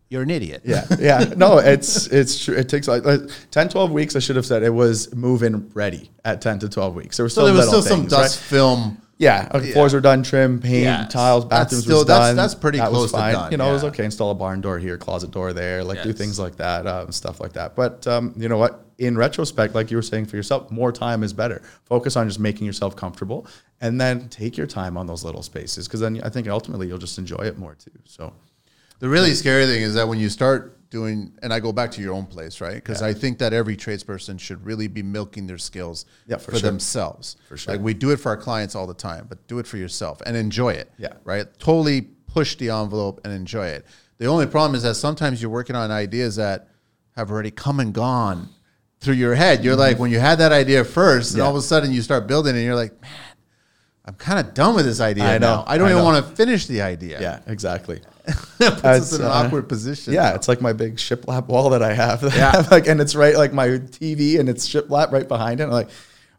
B: you're an idiot.
A: yeah yeah no it's it's true it takes like like 10 12 weeks i should have said it was move-in ready at 10 to 12 weeks there was
B: So
A: still,
B: there was
A: little
B: still some
A: things,
B: dust
A: right?
B: film.
A: yeah, okay, floors were done trim paint
B: Yes.
A: tiles
B: That's
A: bathrooms
B: still-
A: was
B: that's-
A: done
B: that's pretty
A: was
B: close to
A: fine.
B: done,
A: you know it was
B: yeah.
A: okay install a barn door here closet door there like do
B: Yes.
A: things like that um, stuff like that but um, you know what in retrospect like you were saying for yourself more time is better focus on just making yourself comfortable and then take your time on those little spaces because then i think ultimately you'll just enjoy it more too so
B: The really scary thing is that when you start doing, and I go back to your own place, right? Because I think that every tradesperson should really be milking their skills
A: Yeah, for
B: for
A: sure.
B: themselves.
A: For sure.
B: Like we do it for our clients all the time, but do it for yourself and enjoy it.
A: Yeah.
B: Right? Totally push the envelope and enjoy it. The only problem is that sometimes you're working on ideas that have already come and gone through your head.
A: Mm-hmm.
B: You're like, when you had that idea first, and all of a sudden you start building, and you're like, man, I'm kind of done with this idea
A: I know,
B: now. I don't
A: I
B: even
A: know.
B: want to finish the idea.
A: yeah exactly
B: That puts
A: That's,
B: us in an
A: uh,
B: awkward position.
A: Yeah, it's like my big shiplap wall that I have. that I
B: Yeah.
A: have, like, and it's right like my TV and it's shiplap right behind it. I'm like,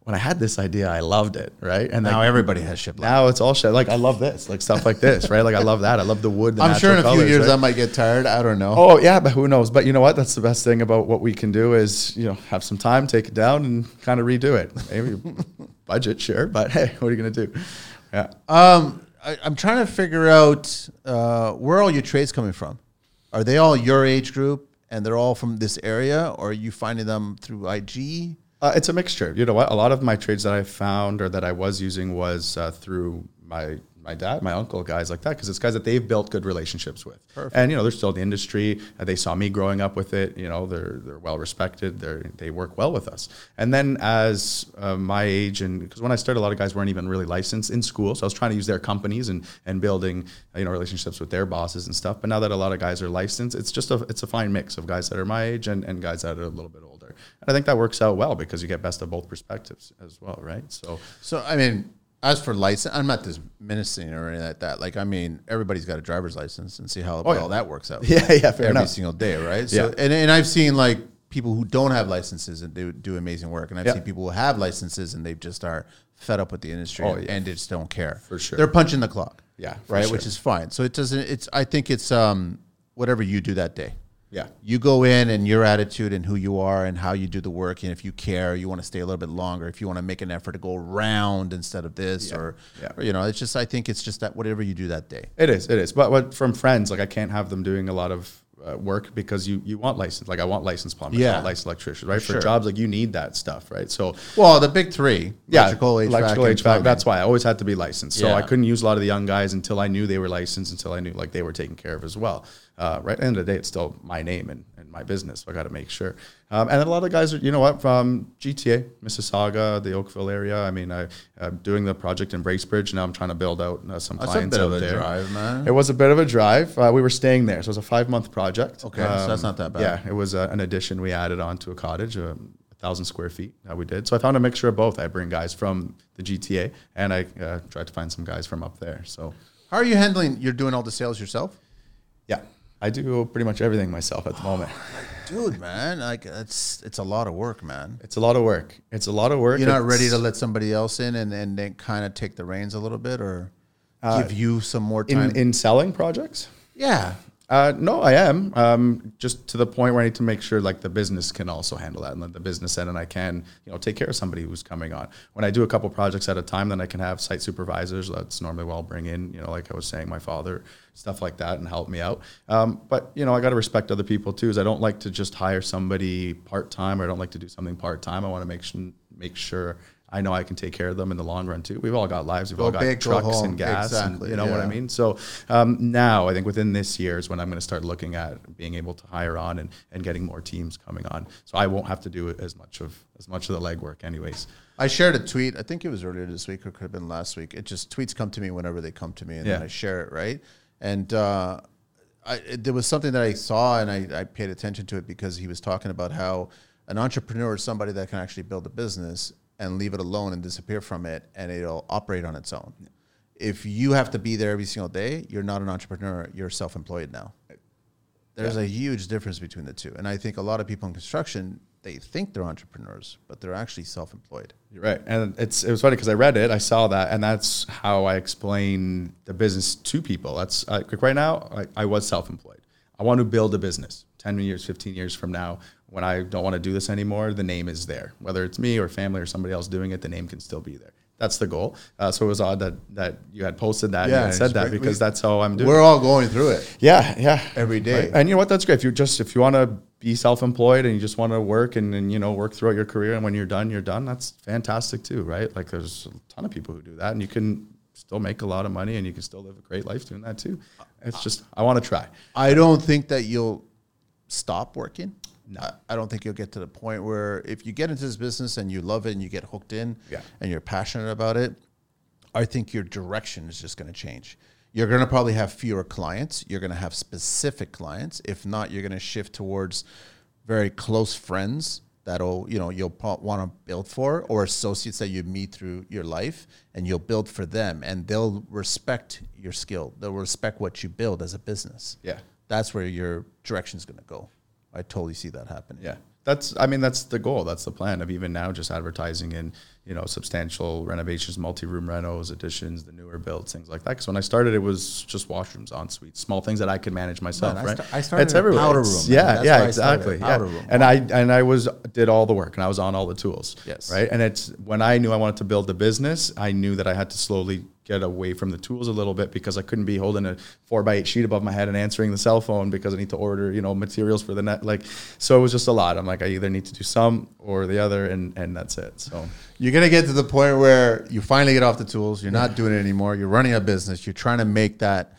A: when I had this idea, I loved it, right? And
B: Now
A: like,
B: everybody has ship lap.
A: now it's all shit. Like I love this, like stuff like this, right? Like I love that. I love the wood. The
B: I'm sure in a
A: natural
B: few
A: colors,
B: years
A: right?
B: I might get tired. I don't know.
A: Oh yeah, but who knows? But you know what? That's the best thing about what we can do is you know have some time, take it down, and kind of redo it. Maybe budget, sure, but hey, what are you gonna do? Yeah.
B: Um, I, I'm trying to figure out uh, where all your trades coming from. Are they all your age group and they're all from this area, or are you finding them through IG?
A: Uh, it's a mixture. You know what? A lot of my trades that I found or that I was using was uh, through my my dad, my uncle, guys like that, because it's guys that they've built good relationships with. And you know, they're still in the industry. Uh, they saw me growing up with it. You know, they're they're well respected. They are they work well with us. And then as uh, my age and because when I started, a lot of guys weren't even really licensed in school, so I was trying to use their companies and and building uh, you know relationships with their bosses and stuff. But now that a lot of guys are licensed, it's just a it's a fine mix of guys that are my age and and guys that are a little bit older older. And I think that works out well because you get best of both perspectives as well, right? So
B: So, I mean, as for license, I'm not dismissing or anything like that. Like, I mean, everybody's got a driver's license and see how
A: yeah.
B: well that works out.
A: yeah, yeah, fair
B: every
A: enough.
B: single day, right? So,
A: Yeah.
B: and, and I've seen like people who don't have licenses and do, do amazing work, and I've
A: Yeah.
B: seen people who have licenses and they just are fed up with the industry
A: Oh, yeah.
B: and they just don't care.
A: For sure.
B: they're punching the clock.
A: Yeah, for
B: right,
A: sure.
B: which is fine. So it doesn't. It's I think it's um whatever you do that day.
A: Yeah.
B: You go in and your attitude and who you are and how you do the work and if you care, you want to stay a little bit longer. If you want to make an effort to go around instead of this, or,
A: Yeah.
B: or you know, it's just I think it's just that whatever you do that day.
A: It is, it is. But what from friends, like I can't have them doing a lot of uh, work because you you want license. Like I want licensed plumbers, I
B: Yeah.
A: want licensed electricians, right? For
B: sure.
A: jobs like you need that stuff, right? So
B: Well, the big three. electrical, HVAC,
A: electrical,
B: and
A: HVAC,
B: plumbing.
A: That's why I always had to be licensed. So
B: Yeah.
A: I couldn't use a lot of the young guys until I knew they were licensed, until I knew like they were taken care of as well. Uh, right at the end of the day, it's still my name and, and my business. So I got to make sure. Um, and then a lot of guys are, you know what, from GTA, Mississauga, the Oakville area. I mean, I, I'm doing the project in Bracebridge. Now I'm trying to build out uh, some
B: That's a
A: clients
B: bit
A: out
B: of a
A: there.
B: drive, man.
A: It was a bit of a drive. Uh, we were staying there, so it was a five month project.
B: Okay, so that's not that bad.
A: Yeah, it was uh, an addition we added onto a cottage, um, a thousand square feet that we did. So I found a mixture of both. I bring guys from the GTA, and I uh, tried to find some guys from up there. So
B: How are you handling? You're doing all the sales yourself,
A: yeah, I do pretty much everything myself at the moment.
B: dude, man. Like it's it's a lot of work, man.
A: It's a lot of work. It's a lot of work.
B: You're not
A: It's-
B: ready to let somebody else in and and then kind of take the reins a little bit, or give you some more time.
A: in, in selling projects.
B: yeah,
A: Uh, no, I am. Um, just to the point where I need to make sure like the business can also handle that, and that the business end, and I can you know take care of somebody who's coming on. When I do a couple projects at a time, then I can have site supervisors. That's normally what I'll bring in. You know, like I was saying, my father, stuff like that, and help me out. Um, but you know, I got to respect other people too. Is I don't like to just hire somebody part time, or I don't like to do something part time. I want to make sure make sure. I know I can take care of them in the long run too. We've all got lives. We've all got
B: big, go
A: trucks
B: home.
A: and gas.
B: Exactly,
A: And, you know what I
B: yeah.
A: mean? mean? So um, now I think within this year is when I'm going to start looking at being able to hire on and, and getting more teams coming on. So I won't have to do as much of as much of the legwork, anyways.
B: I shared a tweet. I think it was earlier this week or could have been last week. It just tweets come to me whenever they come to me, and then
A: Yeah.
B: I share it right. And uh, I, it, there was something that I saw, and I, I paid attention to it because he was talking about how an entrepreneur is somebody that can actually build a business and leave it alone and disappear from it, and it'll operate on its own. If you have to be there every single day, you're not an entrepreneur. You're self-employed now there's a huge difference between the two. And I think a lot of people in construction, they think they're entrepreneurs, but they're actually self employed.
A: You're right, and it's it was funny because I read it, I saw that, and that's how I explain the business to people. That's uh, like right now, I, I was self-employed. I want to build a business. Ten years, fifteen years from now, when I don't want to do this anymore, the name is there. Whether it's me or family or somebody else doing it, the name can still be there. That's the goal. Uh, so it was odd that that you had posted that
B: Yeah,
A: and you had said
B: it's
A: that
B: great.
A: because that's how I'm doing.
B: We're all going through it.
A: Yeah, yeah.
B: Every day.
A: And you know what? That's great. If you just if you want to be self-employed and you just want to work and, and you know work throughout your career and when you're done, you're done. That's fantastic too, right? Like there's a ton of people who do that and you can still make a lot of money and you can still live a great life doing that too.
B: Uh,
A: It's just I want to try.
B: I don't think that you'll stop working. No. I don't think you'll get to the point where if you get into this business and you love it and you get hooked in
A: Yeah.
B: and you're passionate about it, I think your direction is just going to change. You're going to probably have fewer clients. You're going to have specific clients. If not, you're going to shift towards very close friends that'll, you know, you'll want to build for or associates that you meet through your life and you'll build for them and they'll respect your skill. They'll respect what you build as a business.
A: Yeah.
B: That's where your direction is going to go. I totally see that happening.
A: Yeah. That's I mean that's the goal. That's the plan of even now just advertising in, you know, substantial renovations, multi-room renos, additions, the newer builds, things like that. Cuz when I started it was just washrooms, en suites, small things that I could manage myself,
B: Man, I
A: right?
B: sta- I started
A: it's
B: in a
A: everywhere.
B: powder
A: It's-
B: room, man.
A: Yeah,
B: That's
A: yeah,
B: where I started,
A: exactly. Yeah.
B: powder room.
A: And I and I was did all the work and I was on all the tools.
B: Yes.
A: Right? And it's when I knew I wanted to build the business, I knew that I had to slowly get away from the tools a little bit because I couldn't be holding a four by eight sheet above my head and answering the cell phone because I need to order, you know, materials for the net. Like, so it was just a lot. I'm like, I either need to do some or the other, and and that's it. So
B: You're gonna get to the point where you finally get off the tools. You're not doing it anymore. You're running a business. You're trying to make that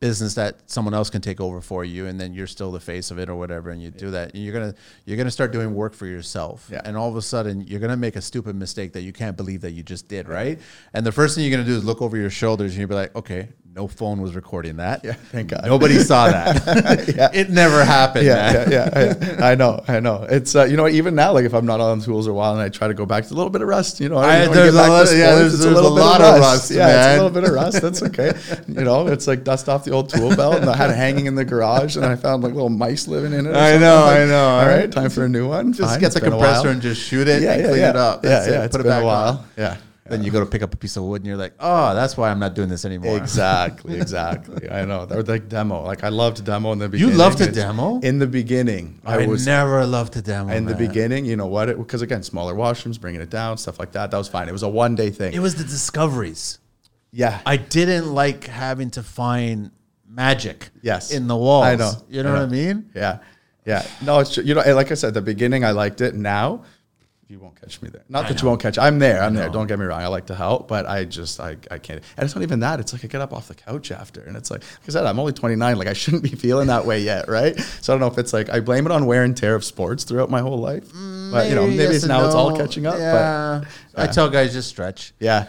B: business that someone else can take over for you, and then you're still the face of it or whatever. And you do that. And you're gonna you're gonna start doing work for yourself.
A: Yeah.
B: And all of a sudden, you're gonna make a stupid mistake that you can't believe that you just did, right? And the first thing you're gonna do is look over your shoulders, and you'll be like, okay. No phone was recording that. Yeah,
A: thank God.
B: Nobody saw that. It never happened.
A: yeah,
B: man.
A: yeah, yeah. I, I know, I know. It's uh, you know even now, like if I'm not on the tools a while and I try to go back, it's a little bit of rust. You know,
B: I-
A: don't wanna
B: there's
A: get back
B: a
A: to
B: lot- yeah,
A: sports,
B: there's-
A: it's
B: there's a
A: little bit
B: lot of rust,
A: Yeah,
B: man.
A: it's a little bit of rust. That's okay. you know, it's like dust off the old tool belt, and I had it hanging in the garage, and I found like little mice living in it. or
B: I
A: something.
B: know,
A: Like,
B: I know.
A: All right, time for a new one.
B: Just
A: Fine,
B: get
A: it's
B: the
A: been a while.
B: compressor and just shoot it
A: Yeah,
B: and
A: yeah,
B: clean
A: yeah.
B: it up.
A: Yeah,
B: That's
A: yeah,
B: it.
A: it's
B: Put it
A: been a
B: back
A: while.
B: on.
A: Yeah.
B: Then you go to pick up a piece of wood and you're like, oh, that's why I'm not doing this anymore.
A: Exactly, exactly. I know. That was like demo. Like I loved demo in the
B: You
A: beginning.
B: loved the
A: It's-
B: demo?
A: in the beginning.
B: I, never loved the demo.
A: in the
B: man.
A: beginning, you know what? Because again, smaller washrooms, bringing it down, stuff like that. That was fine. It was a one day thing.
B: it was the discoveries.
A: yeah,
B: I didn't like having to find magic
A: Yes.
B: in the walls.
A: I know.
B: You know,
A: I know.
B: what I mean?
A: Yeah, yeah. No, it's true. you know, like I said at the beginning, I liked it. Now, you won't catch me there. Not that you won't catch. I'm there. I'm there. Don't get me wrong. I like to help, but I just I, I can't. And it's not even that. It's like I get up off the couch after, and it's like like I said, I'm only 29. Like I shouldn't be feeling that way yet, right? So I don't know if it's like I blame it on wear and tear of sports throughout my whole life. But you know, maybe
B: yes
A: it's
B: and
A: now it's all
B: no.
A: catching up.
B: Yeah. I
A: yeah.
B: tell guys just stretch.
A: But yeah,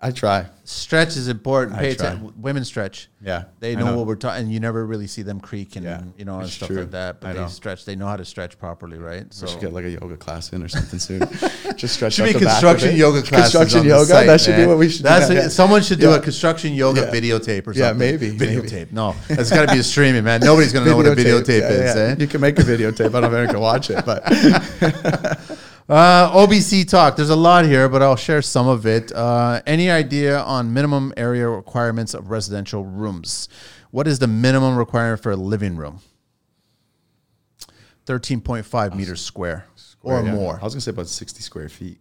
A: I try.
B: Stretch is important.
A: I
B: Pay
A: try.
B: attention. Women stretch.
A: Yeah,
B: They
A: I
B: know,
A: know.
B: what we're talking, and you never really see them creak and
A: Yeah,
B: you know and
A: it's
B: stuff
A: true.
B: like that. But
A: I
B: they
A: know.
B: stretch. They know how to stretch properly, right? So
A: I should get like a yoga class in or something soon. Just stretch. out
B: should be
A: the back of
B: construction
A: it.
B: yoga classes.
A: Construction
B: on the
A: yoga.
B: site,
A: that should be
B: man.
A: what we should.
B: That's
A: do.
B: it. Someone should do
A: Yeah.
B: a construction yoga
A: Yeah.
B: videotape or something.
A: Yeah, maybe, maybe.
B: Videotape. No, it's got to be a streaming, man. Nobody's gonna know what a videotape
A: Yeah,
B: is.
A: yeah.
B: eh?
A: You can make a videotape. I don't know if anyone can watch it, but
B: Uh, OBC talk. There's a lot here, but I'll share some of it. Uh, any idea on minimum area requirements of residential rooms? What is the minimum requirement for a living room? 13.5 meters square, or
A: Yeah.
B: more.
A: I was gonna say about sixty square feet.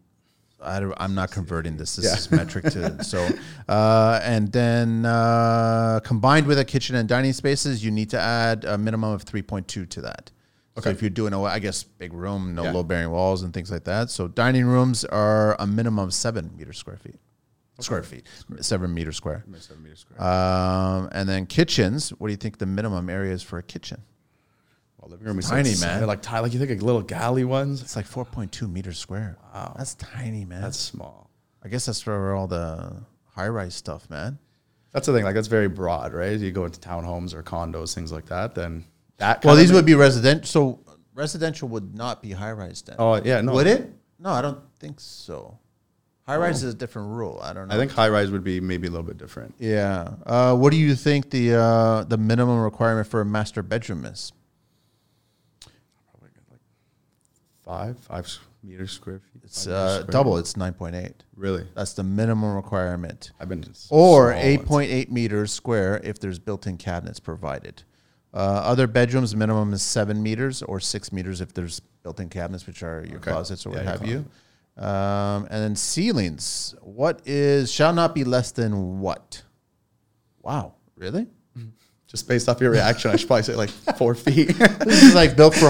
B: I don't, I'm not converting this. This
A: Yeah.
B: is metric to so. Uh, and then uh, combined with a kitchen and dining spaces, you need to add a minimum of 3.2 to that. So
A: Okay.
B: if you're doing a, I guess, big room, no
A: Yeah.
B: low bearing walls and things like that. So dining rooms are a minimum of seven meter square feet, square feet, seven meter square.
A: Seven meters square.
B: Um, and then kitchens. What do you think the minimum area is for a kitchen?
A: well, living room is
B: tiny,
A: like,
B: man.
A: Like tiny, like you think like little galley ones.
B: It's like 4.2 meters square. Wow, that's tiny, man.
A: That's small.
B: I guess that's for all the high rise stuff, man.
A: That's the thing. Like that's very broad, right? You go into townhomes or condos, things like that. Then that.
B: Well,
A: kinda
B: these
A: ma-
B: would be residential. So residential would not be high rise then.
A: Oh yeah, no.
B: Would it? No, I don't think so. High rise is a different rule. I don't know.
A: I think high rise would be maybe a little bit different.
B: Yeah. Uh, what do you think the uh, the minimum requirement for a master bedroom is?
A: Probably like five, five s- meters square feet.
B: It's
A: five meters
B: uh,
A: square.
B: double. It's nine point eight.
A: Really,
B: That's the minimum requirement,
A: I've been small
B: or eight
A: ones.
B: point eight meters square if there's built-in cabinets provided. Uh, other bedrooms minimum is seven meters or six meters if there's built-in cabinets, which are your
A: Okay.
B: closets or what
A: Yeah, your
B: have you. Um, and then ceilings. What is shall not be less than what? Wow, really?
A: Just based off your reaction, I should probably say like four feet.
B: This is like built for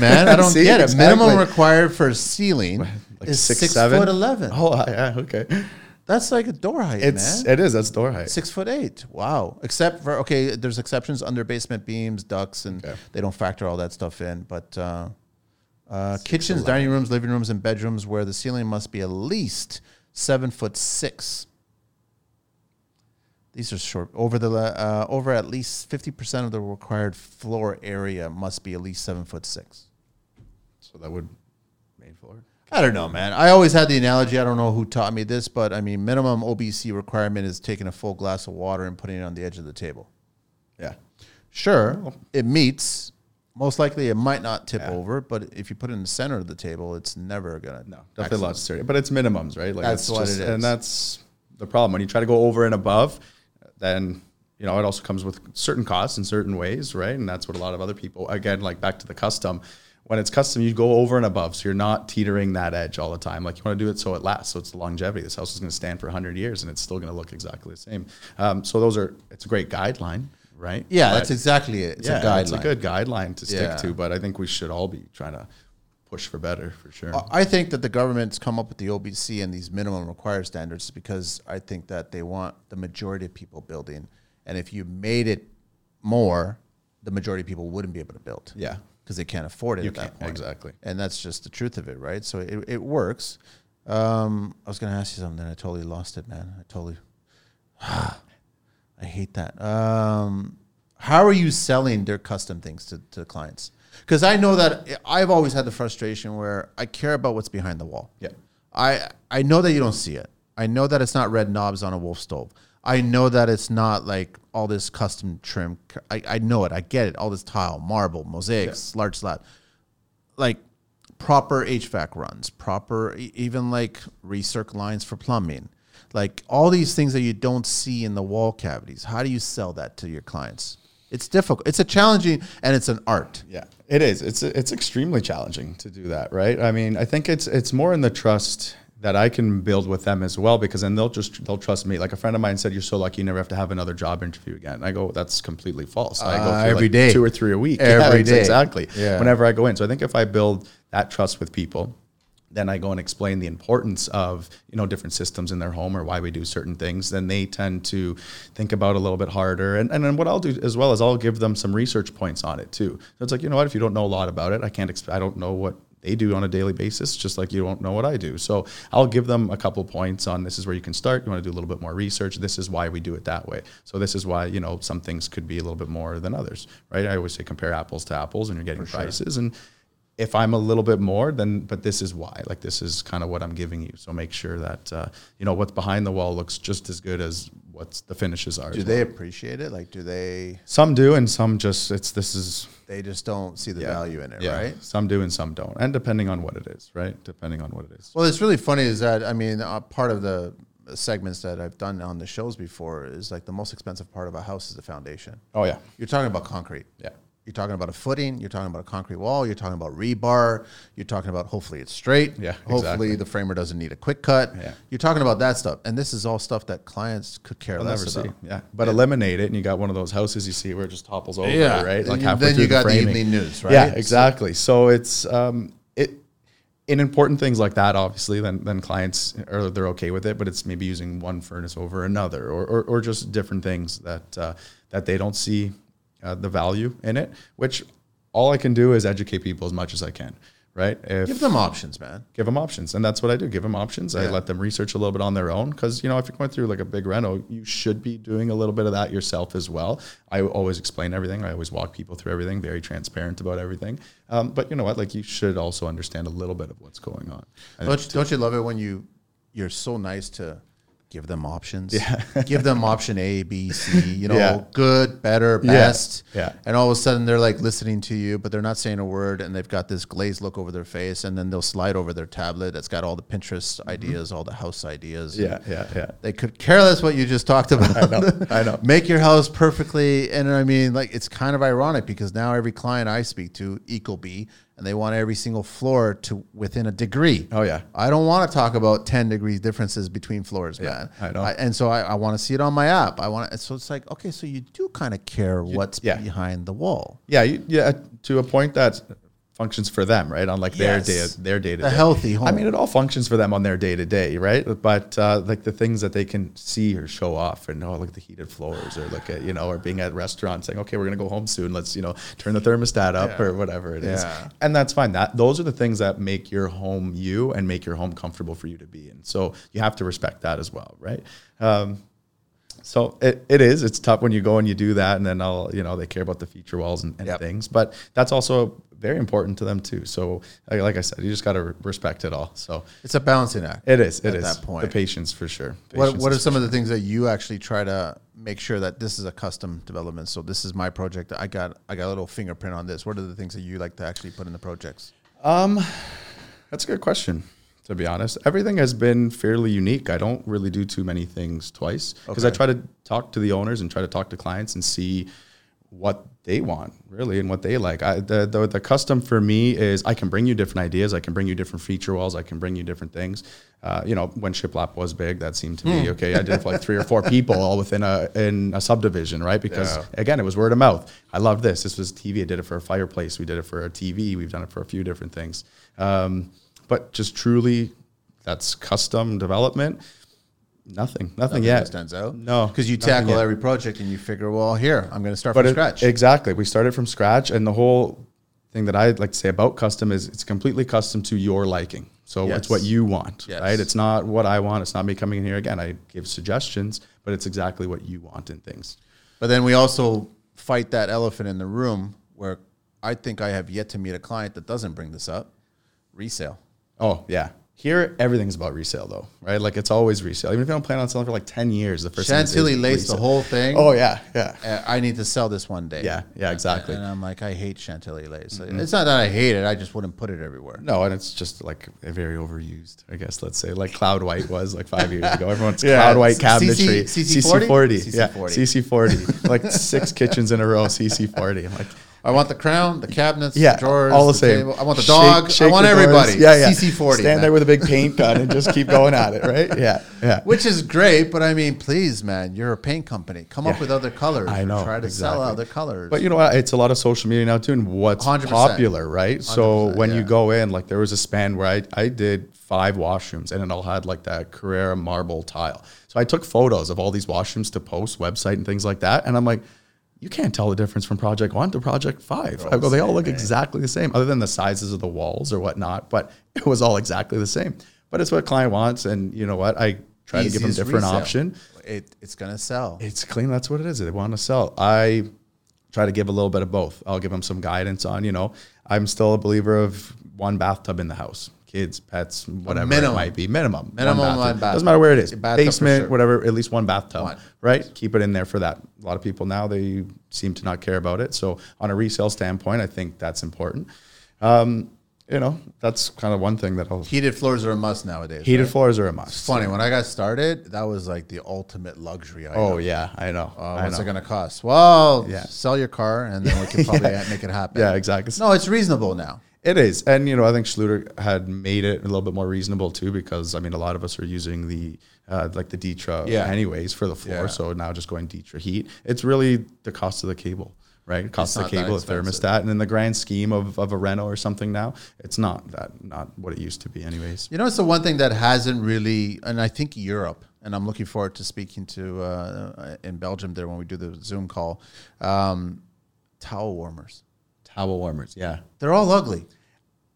B: man. I don't
A: See,
B: get it. Minimum
A: exactly.
B: required for a ceiling
A: like
B: is
A: six,
B: six,
A: seven?
B: foot eleven.
A: oh yeah, okay.
B: That's like a door height, man.
A: It's it is. That's door height.
B: Six foot eight. Wow. Except for okay, there's exceptions under basement beams, ducts, and
A: Okay.
B: they don't factor all that stuff in. But uh, uh, kitchens, dining rooms, living rooms, and bedrooms where the ceiling must be at least seven foot six. These are short. Over the le- uh, over at least fifty percent of the required floor area must be at least seven foot six.
A: So that would main floor.
B: I don't know, man. I always had the analogy. I don't know who taught me this, but I mean, minimum OBC requirement is taking a full glass of water and putting it on the edge of the table.
A: Yeah.
B: Sure, it meets. Most likely, it might not tip over, but if you put it in the center of the table, it's never gonna.
A: No, definitely a lot sturdier. But it's minimums, right? Like
B: That's
A: it's
B: what it is.
A: And that's the problem. When you try to go over and above, then you know it also comes with certain costs in certain ways, right? And that's what a lot of other people again, like back to the custom. When it's custom, you go over and above, so you're not teetering that edge all the time. Like you want to do it so it lasts, so it's the longevity. This house is going to stand for 100 years, and it's still going to look exactly the same. Um, so those are it's a great guideline, right?
B: Yeah,
A: But-
B: that's exactly it. It's a
A: yeah,
B: guideline.
A: it's a good guideline to stick
B: Yeah.
A: to, but I think we should all be trying to push for better for sure.
B: I think that the government's come up with the OBC and these minimum required standards because I think that they want the majority of people building, and if you made it more, the majority of people wouldn't be able to build.
A: yeah.
B: because they can't afford it
A: You
B: at that
A: can't,
B: point.
A: exactly.
B: and that's just the truth of it, right? So it, it works. Um, I was going to ask you something, and I totally lost it, man. I totally, I hate that. Um, how are you selling their custom things to, to clients? Because I know that I've always had the frustration where I care about what's behind the wall.
A: Yeah.
B: I I know that you don't see it. I know that it's not red knobs on a wolf stove. I know that it's not like all this custom trim. I, I know it. I get it. All this tile, marble, mosaics, large slab, like proper HVAC runs, proper e- even like recirc lines for plumbing, like all these things that you don't see in the wall cavities. How do you sell that to your clients? It's difficult. It's a challenging and it's an art.
A: Yeah, it is. It's it's extremely challenging to do that, right? I mean, I think it's it's more in the trust that I can build with them as well because then they'll just they'll trust me. Like a friend of mine said, "You're so lucky you never have to have another job interview again." I go, "That's completely false." I go
B: Uh,
A: through,
B: every
A: like,
B: day.
A: two or three a week,
B: Every
A: ex-
B: day.
A: exactly.
B: Yeah.
A: Whenever I go in, so I think if I build that trust with people, then I go and explain the importance of you know different systems in their home or why we do certain things. Then they tend to think about it a little bit harder. And and then what I'll do as well is I'll give them some research points on it too. So it's like you know what if you don't know a lot about it, I can't. Exp- I don't know what they do on a daily basis, just like you don't know what I do. So I'll give them a couple points on this is where you can start. You want to do a little bit more research. This is why we do it that way. So this is why, you know, some things could be a little bit more than others, right? I always say compare apples to apples and you're getting prices. And if I'm a little bit more, then, but this is why, like, this is kind of what I'm giving you. So make sure that, uh, you know, what's behind the wall looks just as good as what's the finishes are.
B: Do they appreciate it? Like, do they?
A: Some do, and some just, it's, this is,
B: They just don't see the value in it,
A: yeah,
B: right?
A: Some do and some don't. And depending on what it is, right? Depending on what it is.
B: Well, it's really funny is that I mean, uh, part of the segments that I've done on the shows before is like the most expensive part of a house is the foundation.
A: Oh yeah,
B: You're talking about concrete.
A: yeah,
B: You're talking about a footing. You're talking about a concrete wall. You're talking about rebar. You're talking about hopefully it's straight.
A: Yeah,
B: Hopefully
A: exactly.
B: the framer doesn't need a quick cut.
A: Yeah.
B: You're talking about that stuff, and this is all stuff that clients could care
A: I'll
B: less
A: never see.
B: about.
A: Yeah, but eliminate it, and you got one of those houses you see where it just topples over,
B: Yeah.
A: right? Like
B: And
A: halfway
B: then
A: through
B: you got the
A: framing.
B: evening news, right?
A: Yeah, exactly. So it's um, it in important things like that. Obviously, then then clients are they're okay with it, but it's maybe using one furnace over another, or or, or just different things that uh, that they don't see uh, the value in it. Which all I can do is educate people as much as I can, right? If
B: Give them options, man.
A: give them options and that's what i do give them options i
B: Yeah.
A: let them research a little bit on their own because you know if you're going through like a big reno you should be doing a little bit of that yourself as well i always explain everything i always walk people through everything very transparent about everything um, but you know what like you should also understand a little bit of what's going on I think-
B: Don't you, don't you love it when you you're so nice to give them options? Yeah. give them option A, B, C. You know,
A: Yeah.
B: good, better, best.
A: yeah.
B: And all of a sudden they're like listening to you, but they're not saying a word, and they've got this glazed look over their face, and then they'll slide over their tablet that's got all the Pinterest ideas, all the house ideas.
A: Mm-hmm. yeah yeah yeah
B: They could care less what you just talked about. I
A: know, I know.
B: Make your house perfectly, and I mean, like it's kind of ironic because now every client I speak to, Eco B, and they want every single floor to within a degree.
A: oh yeah
B: I don't want to talk about 10 degrees differences between floors, man.
A: I know.
B: and so I, I want to see it on my app. I want to, so it's like, okay, so you do kind of care what's
A: yeah.
B: behind the wall.
A: yeah you, yeah to a point that functions for them right on like their
B: Yes.
A: day their day to
B: A healthy home.
A: I mean, it all functions for them on their day to day, right? But uh, like the things that they can see or show off, and oh, look at the heated floors, or look at you know, or being at restaurants saying, okay, we're gonna go home soon, let's you know, turn the thermostat up or whatever it is,
B: Yeah.
A: and that's fine. That those are the things that make your home you and make your home comfortable for you to be in. So you have to respect that as well, right? Um, so it, it is. It's tough when you go and you do that, and then I'll you know they care about the feature walls and, and
B: Yep.
A: things, but that's also very important to them too. So like, like I said, you just got to respect it all. So
B: it's a balancing act.
A: it is. It
B: At
A: is
B: that point.
A: the patience for sure.
B: What,
A: Patience
B: what are
A: is-
B: some of the things that you actually try to make sure that this is a custom development? So this is my project. I got, I got a little fingerprint on this. What are the things that you like to actually put in the projects?
A: That's a good question. To be honest, everything has been fairly unique. I don't really do too many things twice because I
B: Okay.
A: try to talk to the owners and try to talk to clients and see what they want really and what they like. I, the, the the custom for me is I can bring you different ideas. I can bring you different feature walls. I can bring you different things. Uh, you know, when shiplap was big, that seemed to
B: Hmm.
A: me okay. I did it for like three or four people all within a in a subdivision, right? Because
B: Yeah.
A: again, it was word of mouth. I love this. This was TV. I did it for a fireplace. We did it for a TV. We've done it for a few different things. Um, but just truly, that's custom development. Nothing, nothing,
B: Nothing
A: yet
B: that stands out.
A: No,
B: because you
A: nothing
B: tackle
A: yet.
B: every project and you figure, well, here I'm going to start
A: But
B: from
A: it-
B: scratch.
A: Exactly. We started from scratch, and the whole thing that I'd like to say about custom is it's completely custom to your liking. So
B: Yes.
A: it's what you want,
B: Yes.
A: right? It's not what I want. It's not me coming in here again. I give suggestions, but it's exactly what you want in things.
B: But then we also fight that elephant in the room where I think I have yet to meet a client that doesn't bring this up resale.
A: Oh yeah. Here, everything's about resale, though, right? Like it's always resale. Even if you don't plan on selling for like ten years, the first thing is
B: Chantilly lace the
A: resale.
B: whole thing.
A: Oh yeah, yeah,
B: Uh, I need to sell this one day.
A: yeah, yeah. Exactly. Mm-hmm.
B: And I'm like, I hate Chantilly lace. It's not that I hate it. I just wouldn't put it everywhere.
A: No, and it's just like a very overused, I guess. Let's say like cloud white was like five years ago. Everyone's
B: Yeah,
A: cloud white
B: CC
A: cabinetry.
B: CC40?
A: CC40, yeah,
B: CC40.
A: CC40, like six kitchens in a row. CC40. I'm like,
B: I want the crown, the cabinets,
A: Yeah,
B: the drawers,
A: all the, same.
B: table. I want the
A: Shake-
B: dog.
A: shake
B: I want
A: the doors.
B: everybody.
A: Yeah, yeah.
B: CC forty.
A: Stand there with a big paint gun and just keep going at it, right? Yeah, yeah.
B: which is great, but I mean, please, man, you're a paint company. Come up
A: Yeah.
B: with other colors.
A: I
B: or
A: know,
B: Try to sell
A: exactly.
B: other colors.
A: But you know what? It's a lot of social media now too, and what's
B: 100%.
A: popular, right? So
B: 100%,
A: when you
B: yeah.
A: go in, like there was a span where I, I did five washrooms, and it all had like that Carrera marble tile. So I took photos of all these washrooms to post website and things like that, and I'm like. You can't tell the difference from project one to project five. I go, they all look exactly the same, other than the sizes of the walls or whatnot. But it was all exactly the same. But it's what a client wants, and you know what? I try to give them
B: Easiest
A: different
B: resale.
A: option.
B: It, it's gonna sell.
A: It's clean. That's what it is. They want to sell. I try to give a little bit of both. I'll give them some guidance on, you know, I'm still a believer of one bathtub in the house, kids, pets, whatever
B: minimum.
A: it might be. Minimum.
B: Minimum
A: bathtub.
B: one bathtub.
A: Doesn't matter where it is.
B: A bathtub for
A: Basement,
B: sure.
A: whatever, at least one bathtub,
B: One.
A: right? Keep it in there for that. A lot of people now, they seem to not care about it. So on a resale standpoint, I think that's important. Um, you know, that's kind of one thing that I'll...
B: Heated floors are a must nowadays.
A: Heated
B: right?
A: floors are a must.
B: Funny when I got started, that was like the ultimate luxury item.
A: Oh, yeah, I know.
B: Uh,
A: I
B: what's
A: know.
B: it going to cost? Well,
A: Yeah.
B: sell your car and then we can probably make it happen.
A: Yeah, exactly.
B: No, it's reasonable now.
A: It is, and you know, I think Schluter had made it a little bit more reasonable too, because I mean, a lot of us are using the uh, like the Ditra,
B: Yeah.
A: anyways, for the floor.
B: Yeah.
A: So now just going Ditra heat, it's really the cost of the cable, right? Cost of the
B: not that
A: cable, the
B: expensive.
A: thermostat, and in the grand scheme of, of a Renault or something now, it's not that not what it used to be, anyways.
B: You know, it's the one thing that hasn't really, and I think Europe, and I'm looking forward to speaking to uh, in Belgium there when we do the Zoom call, um, towel warmers.
A: Towel warmers, yeah,
B: They're all ugly,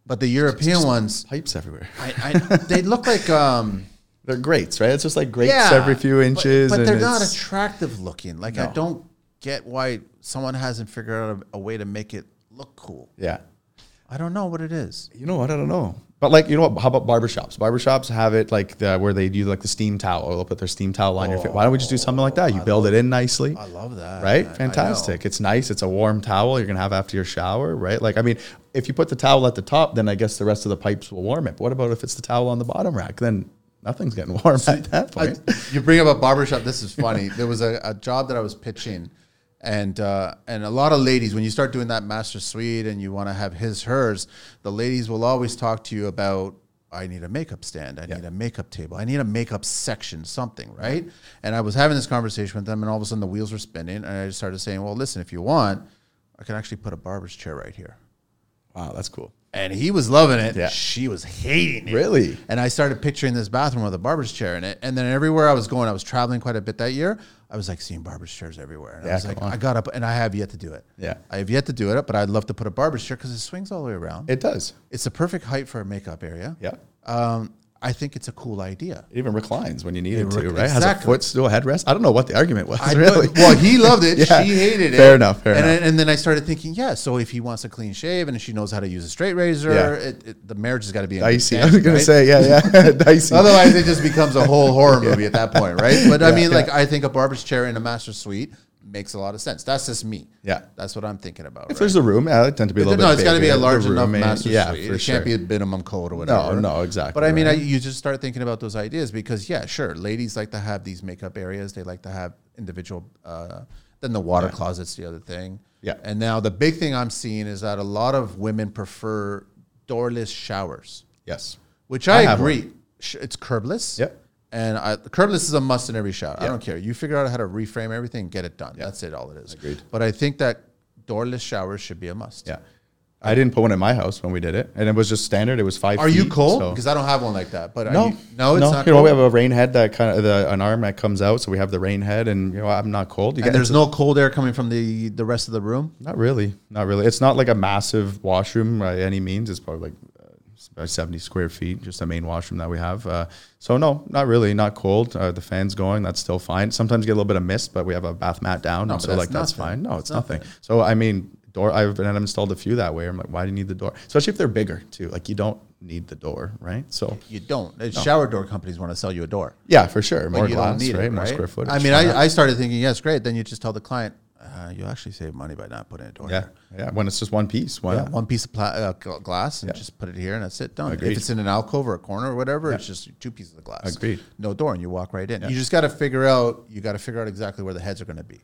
B: but the European ones,
A: pipes everywhere.
B: I, I, they look like. Um,
A: They're grates, right? It's just like grates every few
B: but-
A: inches,
B: But,
A: and
B: they're not
A: it's-
B: attractive looking. Like I
A: No.
B: don't get why someone hasn't figured out a, a way to make it look cool.
A: yeah.
B: I don't know what it is.
A: You know what? I don't know. But like, you know what? How about barbershops? Barbershops have it like the, where they do like the steam towel. They'll put their steam towel on your face. Why don't we just do something like that? You build it in nicely,
B: I love that.
A: right?
B: I- I
A: Fantastic. It's nice. It's a warm towel you're gonna have after your shower, right? Like, I mean, if you put the towel at the top, then I guess the rest of the pipes will warm it. But what about if it's the towel on the bottom rack? Then nothing's getting warm at that
B: I-
A: point.
B: you bring up a barbershop. This is funny. There was a, a job that I was pitching, and uh, and a lot of ladies, when you start doing that master suite and you want to have his hers, the ladies will always talk to you about. I need a makeup stand. I need a makeup table. I need a makeup section, something, right? And I was having this conversation with them, and all of a sudden the wheels were spinning. And I just started saying, Well, listen, if you want, I can actually put a barber's chair right here.
A: wow, that's cool.
B: And he was loving it.
A: Yeah.
B: She was hating it.
A: Really?
B: And I started picturing this bathroom with a barber's chair in it. And then everywhere I was going, I was traveling quite a bit that year. I was like seeing barber's chairs everywhere. And
A: Yeah,
B: I was
A: come
B: like,
A: on.
B: I got up and I have yet to do it.
A: Yeah.
B: I have yet to do it, but I'd love to put a barber's chair because it swings all the way around.
A: It does.
B: it's the perfect height for a makeup area.
A: Yeah.
B: Um, I think it's a cool idea.
A: It even reclines when you need it, to,
B: rec-
A: right? Has a
B: exactly.
A: footstool headrest. I don't know what the argument was.
B: I
A: really.
B: put- well, he loved it.
A: Yeah.
B: She hated it.
A: Fair enough, fair
B: and,
A: enough.
B: I- and then I started thinking, yeah. So if he wants a clean shave and she knows how to use a straight razor,
A: Yeah.
B: it, it, the marriage has got to be in good
A: Dicey. I was
B: standing,
A: gonna
B: right?
A: say, yeah, yeah, dicey.
B: Otherwise, it just becomes a whole horror movie at that point, right? But I
A: Yeah,
B: mean,
A: yeah.
B: like, I think a barber's chair in a master suite makes a lot of sense. That's just me.
A: Yeah.
B: that's what I'm thinking about.
A: If
B: right?
A: there's a room, yeah, I tend to be a
B: No,
A: little bit.
B: it's got to be
A: bigger.
B: a
A: The
B: large enough
A: room may-
B: master
A: yeah,
B: suite.
A: For
B: it
A: sure.
B: can't be a minimum code or whatever.
A: no, exactly,
B: But I mean,
A: right.
B: I, you just start thinking about those ideas because, yeah, sure, ladies like to have these makeup areas. They like to have individual. Uh, then the water closet's the other thing.
A: Yeah.
B: And now the big thing I'm seeing is that a lot of women prefer doorless showers
A: Yes.
B: which I,
A: I have
B: agree. Sh- It's curbless.
A: Yep.
B: And I, curbless is a must in every shower. I
A: Yeah.
B: don't care. You figure out how to reframe everything, and get it done. That's it. All it is.
A: Agreed.
B: But I think that doorless showers should be a must.
A: Yeah. I didn't put one in my house when we did it, and it was just standard. It was five.
B: Are you
A: feet,
B: cold?
A: so-
B: Because I don't have one like that. But are
A: No,
B: you, no, it's not.
A: You know,
B: cold?
A: we have a rain head that kind of the, an arm that comes out, so we have the rain head, and you know, I'm not cold. You get-
B: and there's no cold air coming from the the rest of the room.
A: not really, not really. It's not like a massive washroom by any means. It's probably like uh, it's about 70 square feet, just the main washroom that we have. Uh, so no, not really, not cold. Uh, the fan's going, that's still fine. Sometimes you get a little bit of mist, but we have a bath mat down, and
B: but
A: so
B: that's
A: like that's
B: nothing.
A: fine. No,
B: That's
A: it's nothing. So I mean, door. I've been I've installed a few that way. I'm like, why do you need the door? Especially if they're bigger too. Like you don't need the door, right? So
B: You don't. The Shower door companies want to sell you a door.
A: yeah, for sure, more
B: you
A: glass,
B: don't need
A: right?
B: it.
A: More
B: right?
A: square footage.
B: I mean,
A: Why not?
B: I, I started thinking, yes, great. Then you just tell the client, uh, you actually save money by not putting a door.
A: yeah,
B: Here.
A: yeah. When it's just one piece, why
B: Yeah,
A: not?
B: one piece of pla- uh, gl- glass and just put it here and that's it done.
A: Agreed.
B: If it's in an alcove or a corner or whatever, it's just two pieces of glass.
A: Agreed.
B: No door and you walk right in. You just got to figure out. You got to figure out exactly where the heads are going to be.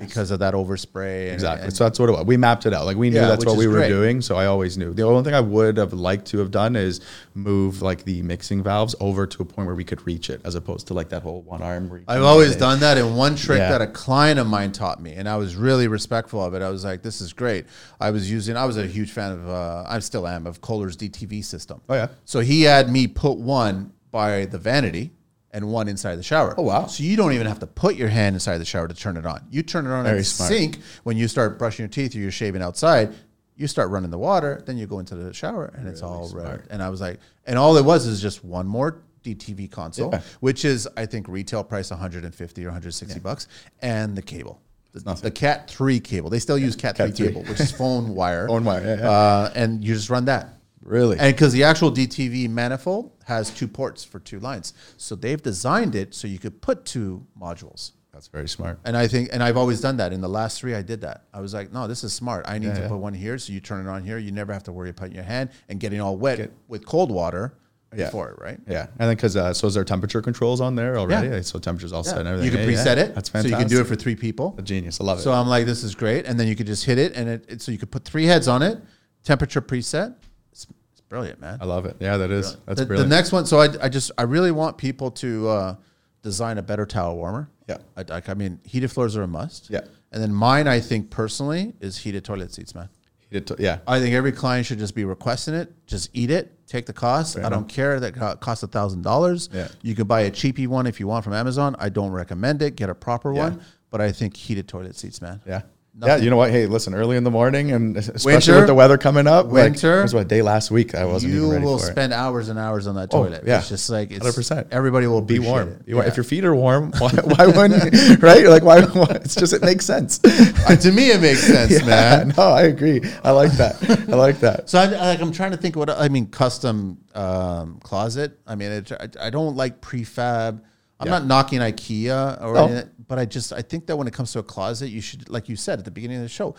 B: because of that overspray. and-
A: Exactly.
B: and-
A: so that's what it was. We mapped it out. Like we knew
B: Yeah,
A: that's
B: which
A: what
B: is
A: we were
B: great.
A: doing. So I always knew. The only thing I would have liked to have done is move like the mixing valves over to a point where we could reach it, as opposed to like that whole one arm. Reach
B: I've always done that. And one trick
A: Yeah.
B: that a client of mine taught me, and I was really respectful of it. I was like, this is great. I was using, I was a huge fan of, uh, I still am, of Kohler's DTV system.
A: Oh, yeah.
B: So he had me put one by the vanity and one inside the shower. Oh,
A: wow.
B: So you don't even have to put your hand inside the shower to turn it on. You turn it on
A: Very
B: at the
A: smart.
B: sink when you start brushing your teeth or you're shaving outside. You start running the water, then you go into the shower and it's all red. And I was like, and all it was is just one more DTV console
A: Yeah.
B: which is I think retail price 150 or 160 bucks, and the cable, the,
A: nothing.
B: the Cat three cable. They still use Cat, three,
A: Cat three.
B: cable, which is phone wire.
A: Phone wire, yeah, yeah.
B: Uh, and you just run that.
A: Really?
B: And because the actual DTV manifold has two ports for two lines, so they've designed it so you could put two modules.
A: That's very smart.
B: And I think, and I've always done that. In the last three, I did that. I was like, no, this is smart. I need to
A: yeah.
B: put one here, so you turn it on here. You never have to worry about your hand and getting all wet with cold water
A: Yeah.
B: before it, right?
A: Yeah, and then because uh, so is there temperature controls on there already?
B: Yeah.
A: So temperature's all
B: Yeah.
A: set and everything.
B: You can
A: Yeah, yeah.
B: preset it.
A: That's
B: So
A: fantastic.
B: you can do it for three people.
A: genius. I love it.
B: So I'm like, this is great. And then you could just hit it, and it, it- so you could put three heads on it, temperature preset. It's, it's brilliant, man.
A: I love it. Yeah, that is that's
B: the, the
A: brilliant.
B: next one. So I, I just I really want people to uh, design a better towel warmer.
A: Yeah.
B: I, I, I mean, heated floors are a must.
A: Yeah.
B: And then mine, I think personally, is heated toilet seats, man.
A: It to- yeah,
B: I think every client should just be requesting it. Just eat it, take the cost. I don't care that co- costs a thousand dollars.
A: Yeah.
B: You can buy a cheapy one if you want from Amazon. I don't recommend it. Get a proper one. But I think heated toilet seats, man.
A: yeah. Yeah, you know what? Hey, listen. Early in the morning, and especially
B: Winter.
A: with the weather coming up, like,
B: Winter.
A: it was what day last week? I wasn't
B: you
A: even ready
B: will
A: for it.
B: spend hours and hours on that
A: Oh,
B: toilet.
A: yeah.
B: It's just like it's
A: 100%.
B: everybody will
A: be
B: appreciate
A: warm.
B: it.
A: You want-
B: Yeah.
A: If your feet are warm, why, why wouldn't you? Right? Like why, why? It's just it makes sense.
B: Uh, to me, it makes sense, man.
A: no, I agree. I like that. I like that.
B: So I, I- like, I'm trying to think what I mean. Custom um, closet. I mean, it, I, I don't like prefab. I'm not knocking IKEA or,
A: No.
B: anything, but I just I think that when it comes to a closet, you should, like you said at the beginning of the show,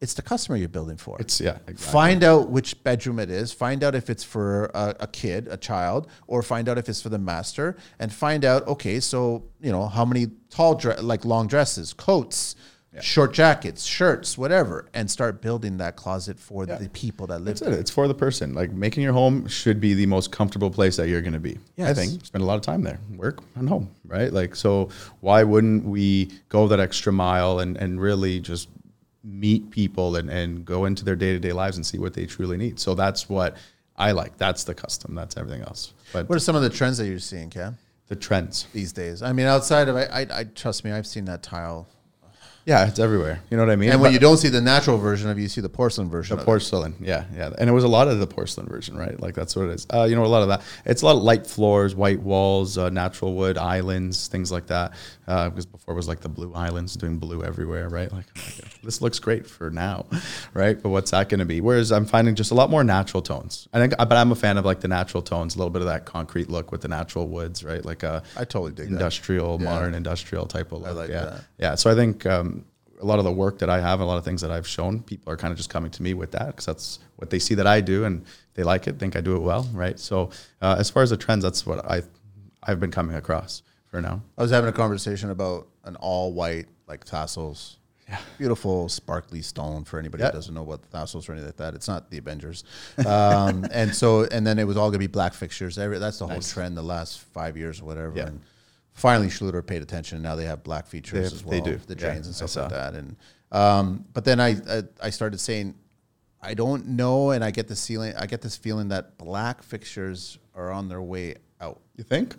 B: it's the customer you're building for.
A: It's yeah. Exactly.
B: Find out which bedroom it is. Find out if it's for a, a kid, a child, or find out if it's for the master. And find out, okay, so you know how many tall, dre- like long dresses, coats, short jackets, shirts, whatever, and start building that closet for the people that live
A: That's
B: there.
A: it. It's for the person. Like making your home should be the most comfortable place that you're going to be. Yeah, I
B: Yes.
A: think spend a lot of time there, work and home, right? Like so, why wouldn't we go that extra mile and and really just meet people and and go into their day to day lives and see what they truly need? So that's what I like. That's the custom. That's everything else. But
B: What are some of the trends that you're seeing, Cam,
A: the trends.
B: these days? I mean, outside of I, I, I trust me, I've seen that tile.
A: Yeah, it's everywhere. You know what I mean?
B: And when
A: But-
B: you don't see the natural version of it, you see the porcelain version.
A: The
B: of it.
A: porcelain, yeah, yeah, and it was a lot of the porcelain version, right? Like that's what it is. Uh, you know, a lot of that. It's a lot of light floors, white walls, uh, natural wood, islands, things like that. Uh, Because before it was like the blue islands, doing blue everywhere, right? Like, I'm like, this looks great for now, right? But what's that going to be? Whereas I'm finding just a lot more natural tones. I think, but I'm a fan of like the natural tones, a little bit of that concrete look with the natural woods, right? Like uh, a
B: I totally dig that.
A: industrial, modern industrial type of look.
B: like
A: yeah.
B: that.
A: Yeah, so I think um, a lot of the work that I have, a lot of things that I've shown, people are kind of just coming to me with that because that's what they see that I do, and they like it, think I do it well, right? So uh, as far as the trends, that's what I I've been coming across for now.
B: I was having a conversation about an all white, like tassels, beautiful, sparkly stone for anybody
A: Yeah.
B: that doesn't know what tassels or anything like that. It's not the Avengers. Um, and so, and then it was all going to be black fixtures. Every, that's the whole trend the last five years or whatever.
A: Yeah.
B: And finally, Schluter paid attention. Now they have black features
A: have-
B: as well.
A: they do.
B: The
A: Yeah,
B: drains and
A: I
B: stuff like that. And, um, but then I, I, I started saying, I don't know. And I get this feeling, I get this feeling that black fixtures are on their way out.
A: You think?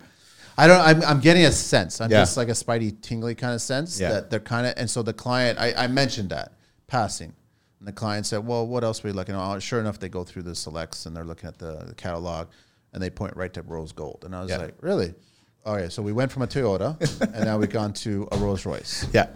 B: I don't. I'm, I'm getting a sense. I'm
A: Yeah.
B: just like a spidey tingly kind of sense
A: Yeah.
B: that they're kind of. And so the client, I, I mentioned that passing, and the client said, "Well, what else were you looking at?" Oh, sure enough, they go through the selects and they're looking at the, the catalog, and they point right to rose gold. And I was
A: Yeah.
B: like, "Really?" All right. So we went from a Toyota, and now we've gone to a Rolls Royce.
A: Yeah,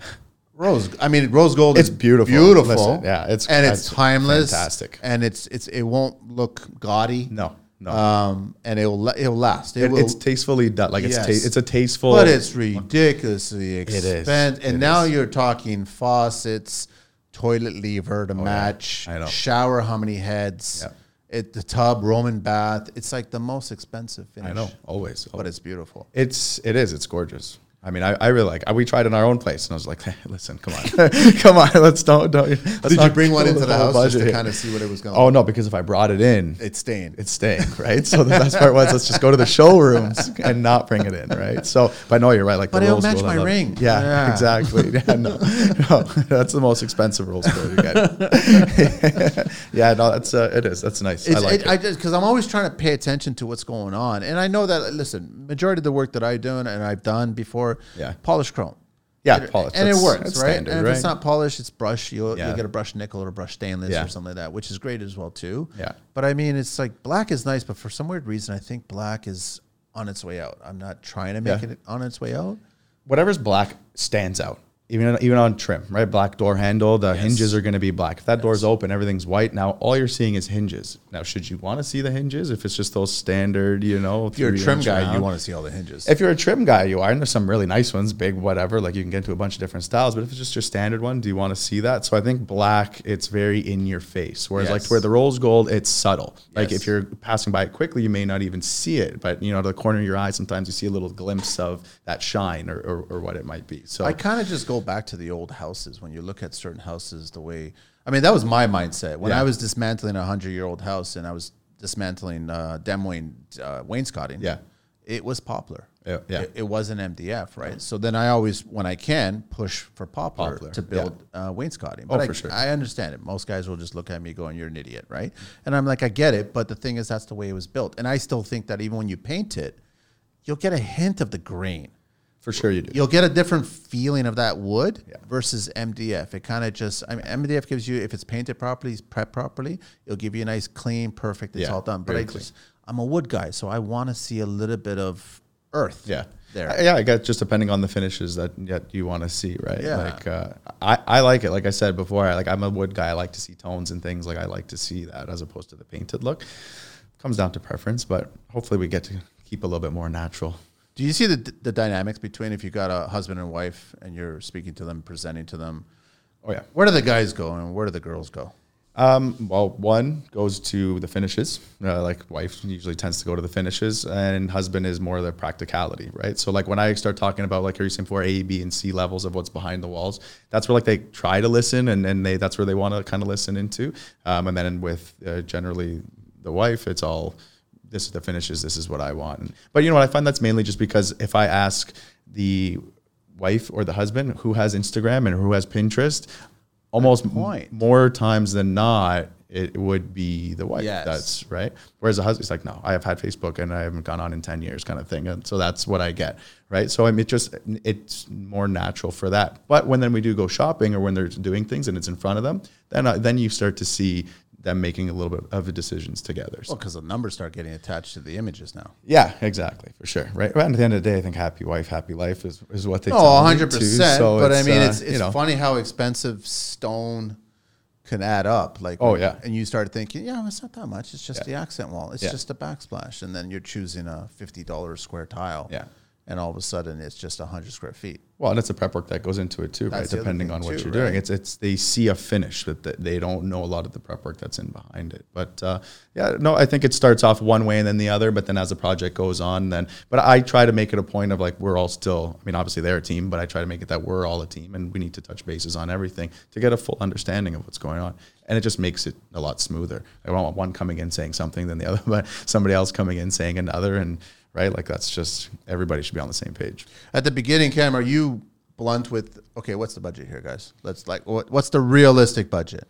B: Rose. I mean, rose gold.
A: It's
B: is
A: beautiful.
B: Beautiful.
A: Listen, yeah, it's-
B: and it's
A: that's
B: timeless.
A: fantastic.
B: And it's it's it won't look gaudy.
A: no, no,
B: Um, and it will it'll last. It,
A: It-
B: will,
A: it's tastefully done. Like it's
B: Yes.
A: ta- it's a tasteful.
B: but it's ridiculously
A: is.
B: expensive. And
A: It
B: now
A: is.
B: you're talking faucets, toilet lever
C: Oh,
B: to match,
A: I know.
B: shower how many heads,
A: Yep.
B: it, the tub, Roman bath. It's like the most expensive finish.
A: I know always,
B: But it's beautiful.
A: It's it is. It's gorgeous. I mean, I, I really like. I, we tried in our own place, and I was like, "Listen, come on, come on, let's don't don't." Let's
C: Did you
A: not
C: bring one
A: kill
C: into the
A: whole
C: house just to
A: budget.
C: kind of see what it was going?
A: Oh no, because if I brought it in,
C: it's staying.
A: it's staying, right? So the best part was let's just go to the showrooms and not bring it in, right? So, but no, you're right. Like
B: But
A: the
B: it'll
A: rules
B: match
A: rule, I
B: my
A: love it.
B: ring.
A: Yeah,
B: Yeah.
A: exactly. Yeah, no, no, that's the most expensive rules school you get. yeah, no, that's uh, it is. That's nice. I
B: It's,
A: like
B: it,
A: it.
B: I just because I'm always trying to pay attention to what's going on, and I know that. Listen, majority of the work that I do and and I've done before,
A: Yeah.
B: polished chrome,
A: Yeah,
B: and,
A: polished.
B: and it
A: That's-
B: works,
A: that's
B: right?
A: standard,
B: and if it's
A: right?
B: not polished, it's brushed. You'll,
A: Yeah.
B: you'll get a brushed nickel or a brushed stainless
A: Yeah.
B: or something like that, which is great as well too.
A: Yeah.
B: but I mean, it's like black is nice, but for some weird reason, I think black is on its way out. I'm not trying to make
A: Yeah.
B: it on its way out.
A: whatever's black stands out. Even even on trim, right? Black door handle, the hinges are going to be black. If that door's open, everything's white. Now all you're seeing is hinges. Now, should you want to see the hinges? If it's just those standard, you know,
B: If you're a trim guy, you
A: want.
B: want to see all the hinges.
A: If you're a trim guy, you are, and there's some really nice ones, big, whatever. Like you can get into a bunch of different styles. But if it's just your standard one, do you want to see that? So I think black, it's very in your face. Whereas like
B: Yes.
A: where the rose gold, it's subtle. Like
B: Yes.
A: if you're passing by it quickly, you may not even see it. But you know, out of the corner of your eye, sometimes you see a little glimpse of that shine or, or, or what it might be. So
B: I kind of just go back to the old houses when you look at certain houses the way I mean that was my mindset when
A: Yeah.
B: I was dismantling a hundred year old house and I was dismantling uh, demoing uh, wainscoting.
A: Yeah.
B: it was poplar.
A: Yeah, yeah.
B: It, it wasn't MDF, right? So then I always, when I can, push for poplar,
A: Poplar,
B: to build uh, wainscoting.
A: Oh,
B: But I,
A: for sure.
B: I understand it. Most guys will just look at me going, "You're an idiot," right? And I'm like, I get it, but the thing is, that's the way it was built. And I still think that even when you paint it, you'll get a hint of the grain
A: for sure you do.
B: you'll get a different feeling of that wood versus MDF. It kind of just, I mean, MDF gives you, if it's painted properly, it's prepped properly, it'll give you a nice, clean, perfect, it's
A: Yeah,
B: all done. But
A: very
B: I just, I'm a wood guy, so I want to see a little bit of earth
A: Yeah.
B: there.
A: Uh, Yeah, I guess just depending on the finishes that, that you want to see, right?
B: Yeah.
A: Like uh, I, I like it. Like I said before, I like I'm a wood guy. I like to see tones and things. Like I like to see that as opposed to the painted look. Comes down to preference, but hopefully we get to keep a little bit more natural.
B: Do you see the, the dynamics between if you got a husband and wife and you're speaking to them, presenting to them?
A: Oh yeah.
B: Where do the guys go and where do the girls go?
A: Um, well, one goes to the finishes. Uh, like wife usually tends to go to the finishes, and husband is more the practicality, right? So like when I start talking about like are you saying for A, B, and C levels of what's behind the walls, that's where like they try to listen, and and they that's where they want to kind of listen into. Um, and then with uh, generally the wife, it's all this is the finishes, this is what I want. And, but you know what I find that's mainly just because if I ask the wife or the husband who has Instagram and who has Pinterest. Almost m-
B: point.
A: more times than not, it would be the wife.
B: Yes.
A: That's right. Whereas the husband's like, no, I have had Facebook and I haven't gone on in 10 years kind of thing. And so that's what I get. Right. So I mean, it just, it's more natural for that. But when then we do go shopping or when they're doing things and it's in front of them, then, uh, then you start to see them making a little bit of decisions together. So-
B: Well, because the numbers start getting attached to the images now.
A: yeah, exactly. For sure. Right. But at the end of the day, I think happy wife, happy life is, is what they
B: Oh,
A: tell me, too.
B: 100%. but I mean,
A: uh,
B: it's, it's funny how expensive stone can add up. Like,
A: Oh, yeah.
B: And you start thinking, yeah, it's not that much. It's just the accent wall, it's
A: Yeah.
B: just a backsplash. And then you're choosing a $50 square tile.
A: Yeah.
B: And all of a sudden, it's just 100 square feet.
A: Well, and it's the prep work that goes into it too,
B: That's the
A: right?
B: other
A: Depending
B: thing
A: on what
B: too,
A: you're
B: right?
A: doing, it's it's they see a finish, but th- they don't know a lot of the prep work that's in behind it. But uh, yeah, no, I think it starts off one way and then the other, but then as the project goes on, then but I try to make it a point of like we're all still. I mean, obviously they're a team, but I try to make it that we're all a team and we need to touch bases on everything to get a full understanding of what's going on, and it just makes it a lot smoother. I don't want one coming in saying something, then the other, but somebody else coming in saying another, and right, like that's just everybody should be on the same page.
B: At the beginning, Cam, are you blunt with, okay, what's the budget here, guys? Let's like, what, what's the realistic budget?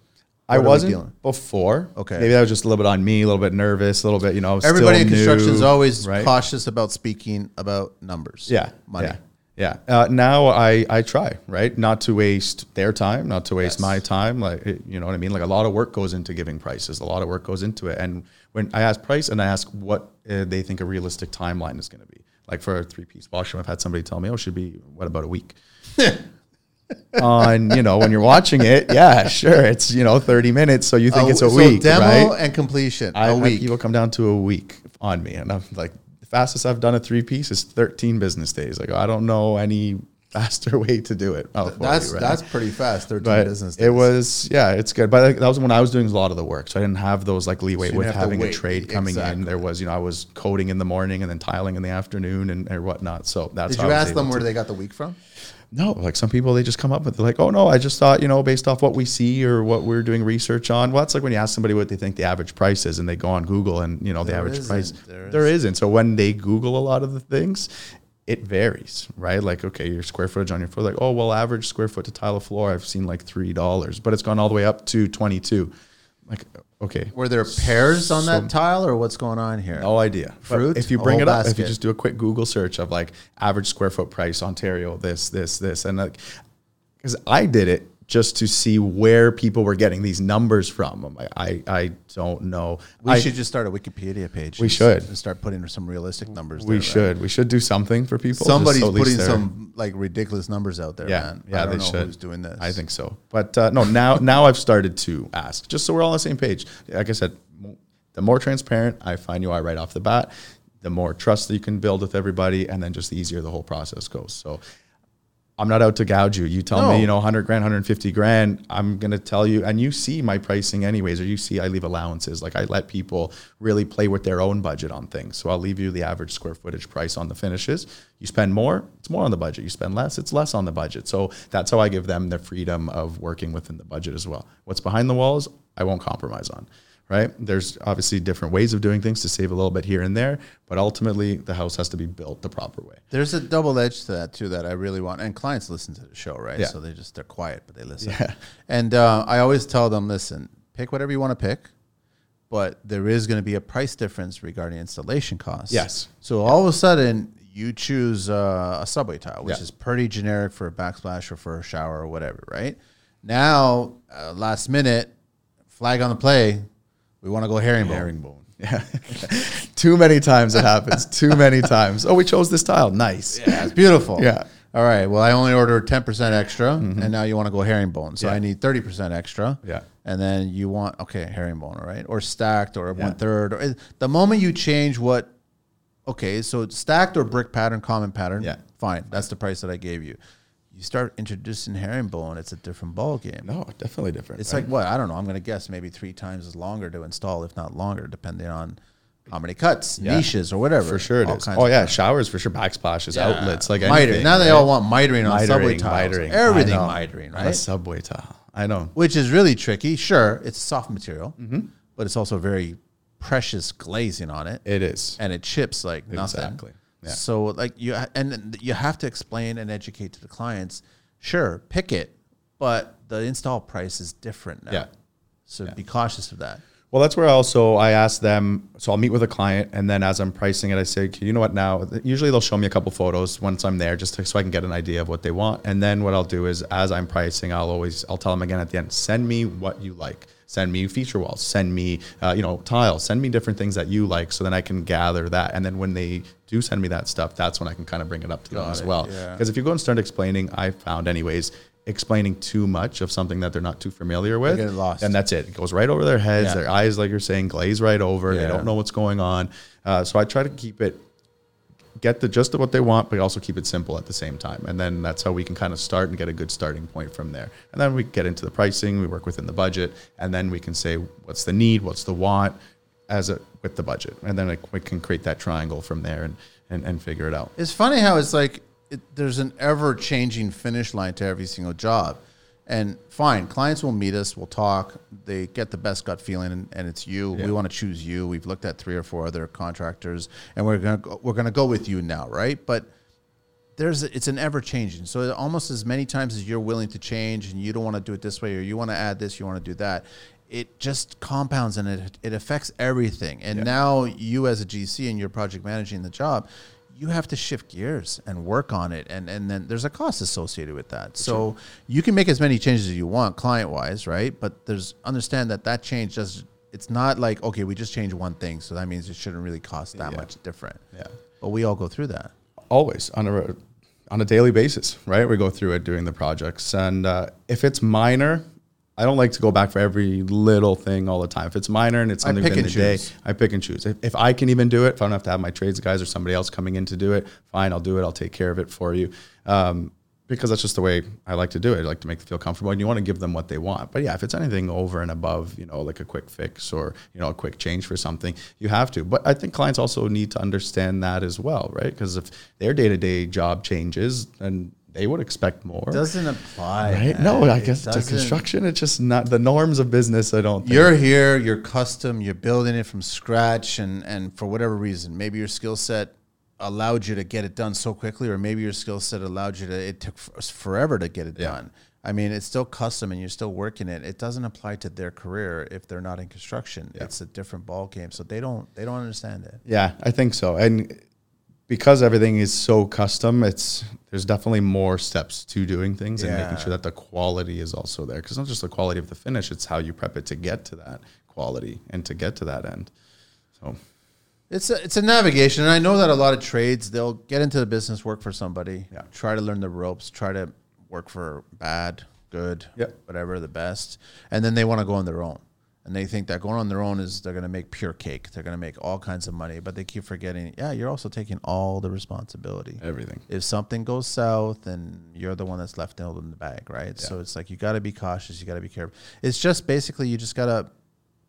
A: I
B: What are we dealing?
A: wasn't before.
B: Okay.
A: Maybe that was just a little bit on me, a little bit nervous, a little bit, you know. still
B: Everybody in
A: new,
B: construction is always
A: right?
B: cautious about speaking about numbers.
A: Yeah.
B: Money.
A: Yeah. Yeah. Uh, now I, I try, right? Not to waste their time, not to waste
B: Yes.
A: my time. Like, it- you know what I mean? Like a lot of work goes into giving prices. A lot of work goes into it. And when I ask price and I ask what uh, they think a realistic timeline is going to be. Like for a three piece washroom, I've had somebody tell me, oh, it should be, what about a week? on you know when you're watching it yeah sure it's you know 30 minutes so you think
B: A
A: it's a
B: w- so
A: week
B: demo
A: right?
B: and completion.
A: I
B: a
A: have
B: week.
A: People come down to a week on me, and I'm like, the fastest I've done a three piece is 13 business days. Like I don't know any faster way to do it. Oh, for
B: That's
A: you, right?
B: that's pretty fast. Thirteen
A: but
B: business days.
A: it was yeah, it's good. But like, that was when I was doing a lot of the work, so I didn't have those like leeway
B: didn't
A: with
B: have to
A: having a
B: wait.
A: trade coming
B: Exactly.
A: in. There was you know I was coding in the morning and then tiling in the afternoon and, and whatnot. So that's
B: Did
A: how
B: you
A: I was
B: ask them
A: able
B: where
A: to-
B: they got the week from?
A: no, like some people, they just come up with they're like, oh no, I just thought you know based off what we see or what we're doing research on. Well, it's like when you ask somebody what they think the average price is, and they go on Google and you know the
B: There
A: average price
B: isn't. There
A: there isn't. So when they Google a lot of the things, it varies, right? Like okay, your square footage on your floor, like oh well, average square foot to tile a floor, I've seen like three dollars, but it's gone all the way up to twenty two. Like okay,
B: Were there pears on that tile, or what's going on here?
A: no idea. But
B: Fruit?
A: If you
B: A
A: bring it
B: whole
A: up, if you
B: basket.
A: just do a quick Google search of like average square foot price, Ontario, this, this, this, and like, because I did it just to see where people were getting these numbers from. I'm like, I, I don't know.
B: we
A: I-
B: should just start a Wikipedia page.
A: We
B: and s-
A: should.
B: and start putting some realistic numbers.
A: we
B: there, right?
A: should, we should do something for people. just so
B: Somebody's
A: at least
B: putting
A: they're-
B: some like ridiculous numbers out there,
A: Yeah,
B: man.
A: yeah,
B: I don't
A: they
B: know
A: should.
B: who's doing this.
A: I think so. But uh, no, now now I've started to ask, just so we're all on the same page. Like I said, m- the more transparent I find you are right off the bat, the more trust that you can build with everybody, and then just the easier the whole process goes. So I'm not out to gouge you. You tell
B: No.
A: me, you know, 100 grand, 150 grand, I'm going to tell you, and you see my pricing anyways, or you see I leave allowances. Like I let people really play with their own budget on things. So I'll leave you the average square footage price on the finishes. You spend more, it's more on the budget. You spend less, it's less on the budget. So that's how I give them the freedom of working within the budget as well. What's behind the walls, I won't compromise on. Right. There's obviously different ways of doing things to save a little bit here and there, but ultimately the house has to be built the proper way.
B: There's a double edge to that too that I really want, and clients listen to the show, right?
A: Yeah.
B: So they just they're quiet, but they listen. And uh, I always tell them, listen, pick whatever you want to pick, but there is going to be a price difference regarding installation costs.
A: Yes.
B: So all of a sudden you choose uh, a subway tile, which
A: Yeah.
B: is pretty generic for a backsplash or for a shower or whatever, right? Now, uh, last minute, flag on the play, we want to go herringbone.
A: herringbone. Yeah. Too many times it happens. Too many times. Oh, we chose this tile. Nice.
B: Yeah, it's beautiful.
A: Yeah. Mm-hmm.
B: All right. Well, I only ordered ten percent extra, and now you want to go herringbone, so
A: Yeah.
B: I need thirty percent extra.
A: Yeah.
B: And then you want okay herringbone, all right, or stacked or one third. Or the moment you change what, okay, so it's stacked or brick pattern, common pattern.
A: Yeah.
B: Fine. That's the price that I gave you. You start introducing herringbone, it's a different ball game.
A: No, definitely different.
B: It's like what I don't know. I'm gonna guess maybe three times as longer to install, if not longer, depending on how many cuts,
A: Yeah.
B: niches, or whatever.
A: for sure it
B: All
A: is.
B: kinds
A: Oh
B: of
A: yeah, showers for sure. Backsplashes, outlets, like
B: miter.
A: anything.
B: now they
A: right?
B: all want mitering on subway
A: Mitering,
B: tiles.
A: mitering.
B: Everything
A: I know.
B: mitering,
A: On a
B: right?
A: subway tile. I know.
B: Which is really tricky. Sure, it's soft material,
A: Mm-hmm.
B: but it's also very precious glazing on it,
A: It is.
B: and it chips like nothing.
A: Exactly. Yeah.
B: So like you ha- and then you have to explain and educate to the clients. Sure, pick it, but the install price is different now.
A: Yeah.
B: So be cautious of that.
A: Well, that's where I also I ask them. So I'll meet with a client, and then as I'm pricing it, I say, okay, you know what? Now, usually they'll show me a couple photos once I'm there, just to, so I can get an idea of what they want. And then what I'll do is, as I'm pricing, I'll always I'll tell them again at the end, send me what you like. Send me feature walls. Send me, uh, you know, tiles. Send me different things that you like, so then I can gather that. And then when they do send me that stuff, that's when I can kind of bring it up to them as
B: it,
A: well.
B: yeah.
A: Because if you go and start explaining, I found anyways, explaining too much of something that they're not too familiar with,
B: get lost.
A: and that's it. It goes right over their heads.
B: Yeah.
A: Their eyes, like you're saying, glaze right over. They
B: Yeah.
A: don't know what's going on. Uh, so I try to keep it, get the gist of what they want, but also keep it simple at the same time. And then that's how we can kind of start and get a good starting point from there. And then we get into the pricing. We work within the budget, and then we can say what's the need, what's the want, as a with the budget, and then like, we can create that triangle from there and and, and figure it out.
B: It's funny how it's like it, there's an ever changing finish line to every single job. And fine, clients will meet us, we'll talk, they get the best gut feeling, and, and it's you. We want to choose you. We've looked at three or four other contractors, and we're gonna go, we're gonna go with you now, right? But there's it's an ever changing. So almost as many times as you're willing to change, and you don't want to do it this way, or you want to add this, you want to do that. It just compounds and it, it affects everything. And now you as a GC and you're project managing the job, you have to shift gears and work on it. And and then there's a cost associated with that. So you can make as many changes as you want client wise, right? But there's understand that that change does. It's not like okay, we just changed one thing, so that means it shouldn't really cost that much different.
A: Yeah.
B: But we all go through that.
A: always on a on a daily basis, right? We go through it doing the projects, and uh, if it's minor, I don't like to go back for every little thing all the time. If it's minor and it's something
B: pick
A: within the
B: and
A: day,
B: choose.
A: I pick and choose. If, if I can even do it, if I don't have to have my trades guys or somebody else coming in to do it, fine, I'll do it. I'll take care of it for you. Um, because that's just the way I like to do it. I like to make them feel comfortable, and you want to give them what they want. But yeah, if it's anything over and above, you know, like a quick fix or you know a quick change for something, you have to. But I think clients also need to understand that as well, right? Because if their day to day job changes, and they would expect more.
C: Doesn't apply.
A: Right?
C: man.
A: No, I
C: It
A: guess to
C: doesn't-
A: construction, it's just not the norms of business. I don't. Think.
B: You're here, you're custom, you're building it from scratch, and, and for whatever reason, maybe your skill set allowed you to get it done so quickly, or maybe your skill set allowed you to, it took f- forever to get it done. I mean, it's still custom and you're still working it. It doesn't apply to their career if they're not in construction. It's a different ball game, so they don't they don't understand it.
A: Yeah, I think so. And because everything is so custom, it's there's definitely more steps to doing things and
B: Yeah.
A: making sure that the quality is also there. Because not just the quality of the finish, it's how you prep it to get to that quality and to get to that end. So
B: It's a, it's a navigation, and I know that a lot of trades they'll get into the business, work for somebody,
A: Yeah.
B: try to learn the ropes, try to work for bad, good,
A: Yeah.
B: whatever the best, and then they want to go on their own, and they think that going on their own is they're going to make pure cake, they're going to make all kinds of money, but they keep forgetting, yeah, you're also taking all the responsibility.
A: everything.
B: If something goes south, then you're the one that's left holding the bag, right? So it's like you got to be cautious, you got to be careful. It's just basically you just got to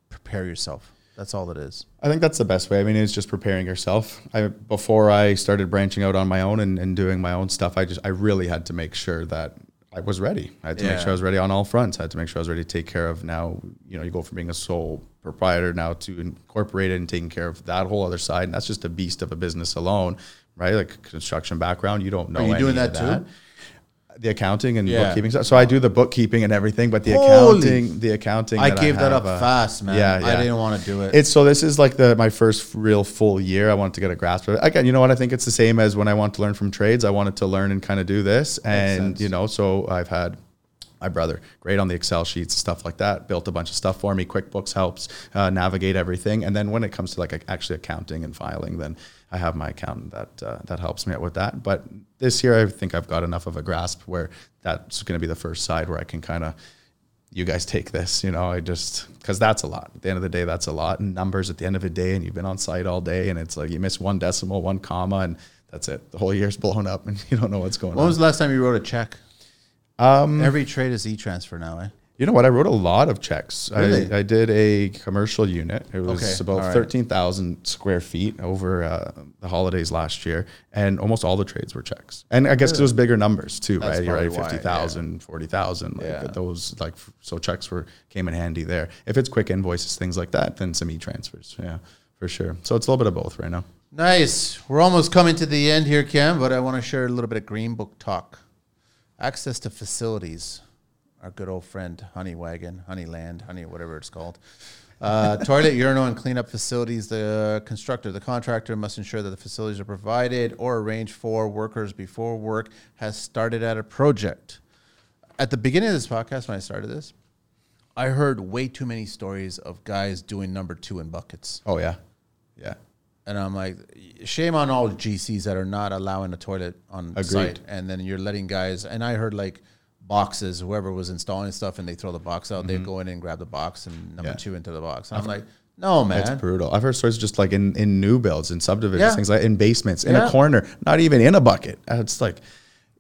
B: prepare yourself. That's all it is.
A: I think that's the best way. I mean, it's just preparing yourself. I before I started branching out on my own and, and doing my own stuff, I just I really had to make sure that I was ready. I had to make
B: Yeah.
A: sure I was ready on all fronts. I had to make sure I was ready to take care of now, you know, you go from being a sole proprietor now to incorporated and taking care of that whole other side. And that's just a beast of a business alone, right? Like construction background, you don't know.
B: Are you
A: any
B: doing
A: of
B: that too?
A: The accounting and
B: Yeah.
A: bookkeeping. stuff. So I do the bookkeeping and everything, but the
B: Holy-
A: accounting, the accounting.
B: I gave that
A: have,
B: up
A: uh,
B: fast, man.
A: yeah,
B: I
A: yeah.
B: didn't want to do it.
A: it's so this is like the my first real full year. I wanted to get a grasp of it. Again, you know what? I think it's the same as when I want to learn from trades. I wanted to learn and kind of do this, and
B: sense.
A: you know, so I've had my brother great on the Excel sheets, stuff like that. Built a bunch of stuff for me. QuickBooks helps uh, navigate everything, and then when it comes to like ac- actually accounting and filing, then I have my accountant that uh, that helps me out with that. But this year, I think I've got enough of a grasp where that's going to be the first side where I can kind of you guys take this. You know, I just because that's a lot. At the end of the day, that's a lot. And numbers at the end of the day, and you've been on site all day, and it's like you miss one decimal, one comma, and that's it. The whole year's blown up, and you don't know what's going
B: when
A: on.
B: was the last time you wrote a check? Um, Every trade is e-transfer now, eh?
A: You know what? I wrote a lot of checks.
B: Really?
A: I, I did a commercial unit. It was
B: Okay,
A: about
B: all right.
A: thirteen thousand square feet over uh, the holidays last year, and almost all the trades were checks. And I guess 'cause it was bigger numbers too,
B: That's
A: right? You're right,
B: probably why, yeah.
A: fifty thousand, forty thousand. Like
B: Yeah.
A: those, like f- so, checks were came in handy there. If it's quick invoices, things like that, then some e transfers. Yeah, for sure. So it's a little bit of both right now.
B: Nice. We're almost coming to the end here, Cam, but I want to share a little bit of Green Book talk. Access to facilities. Our good old friend Honey Wagon, Honey Land, Honey, whatever it's called. Uh, toilet, urinal, and cleanup facilities. The constructor, the contractor must ensure that the facilities are provided or arranged for workers before work has started at a project. At the beginning of this podcast, when I started this, I heard way too many stories of guys doing number two in buckets.
A: Oh yeah, yeah.
B: And I'm like, shame on all GCs that are not allowing a toilet on site. And then you're letting guys, and I heard like boxes, whoever was installing stuff and they throw the box out, they go in and grab the box and number
A: Yeah.
B: two into the box. And I'm like, no, man.
A: It's brutal. I've heard stories just like in, in new builds and subdivisions,
B: Yeah.
A: things like in basements, in
B: Yeah.
A: a corner, not even in a bucket. And It's like just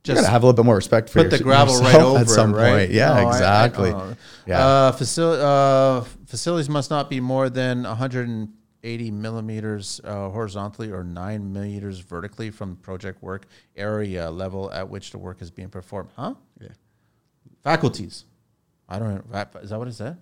B: Just
A: gotta have a little bit more respect for
B: put the
A: your-
B: gravel right
A: yourself
B: over
A: at some
B: it, right?
A: point. Yeah,
B: No, I- I-
A: exactly.
B: I don't know.
A: yeah,
B: Uh, facil- uh, facilities must not be more than 180 millimeters uh, horizontally or 9 millimeters vertically from project work area level at which the work is being performed. Huh?
A: Yeah.
B: Faculties. I don't know. Is that what it said?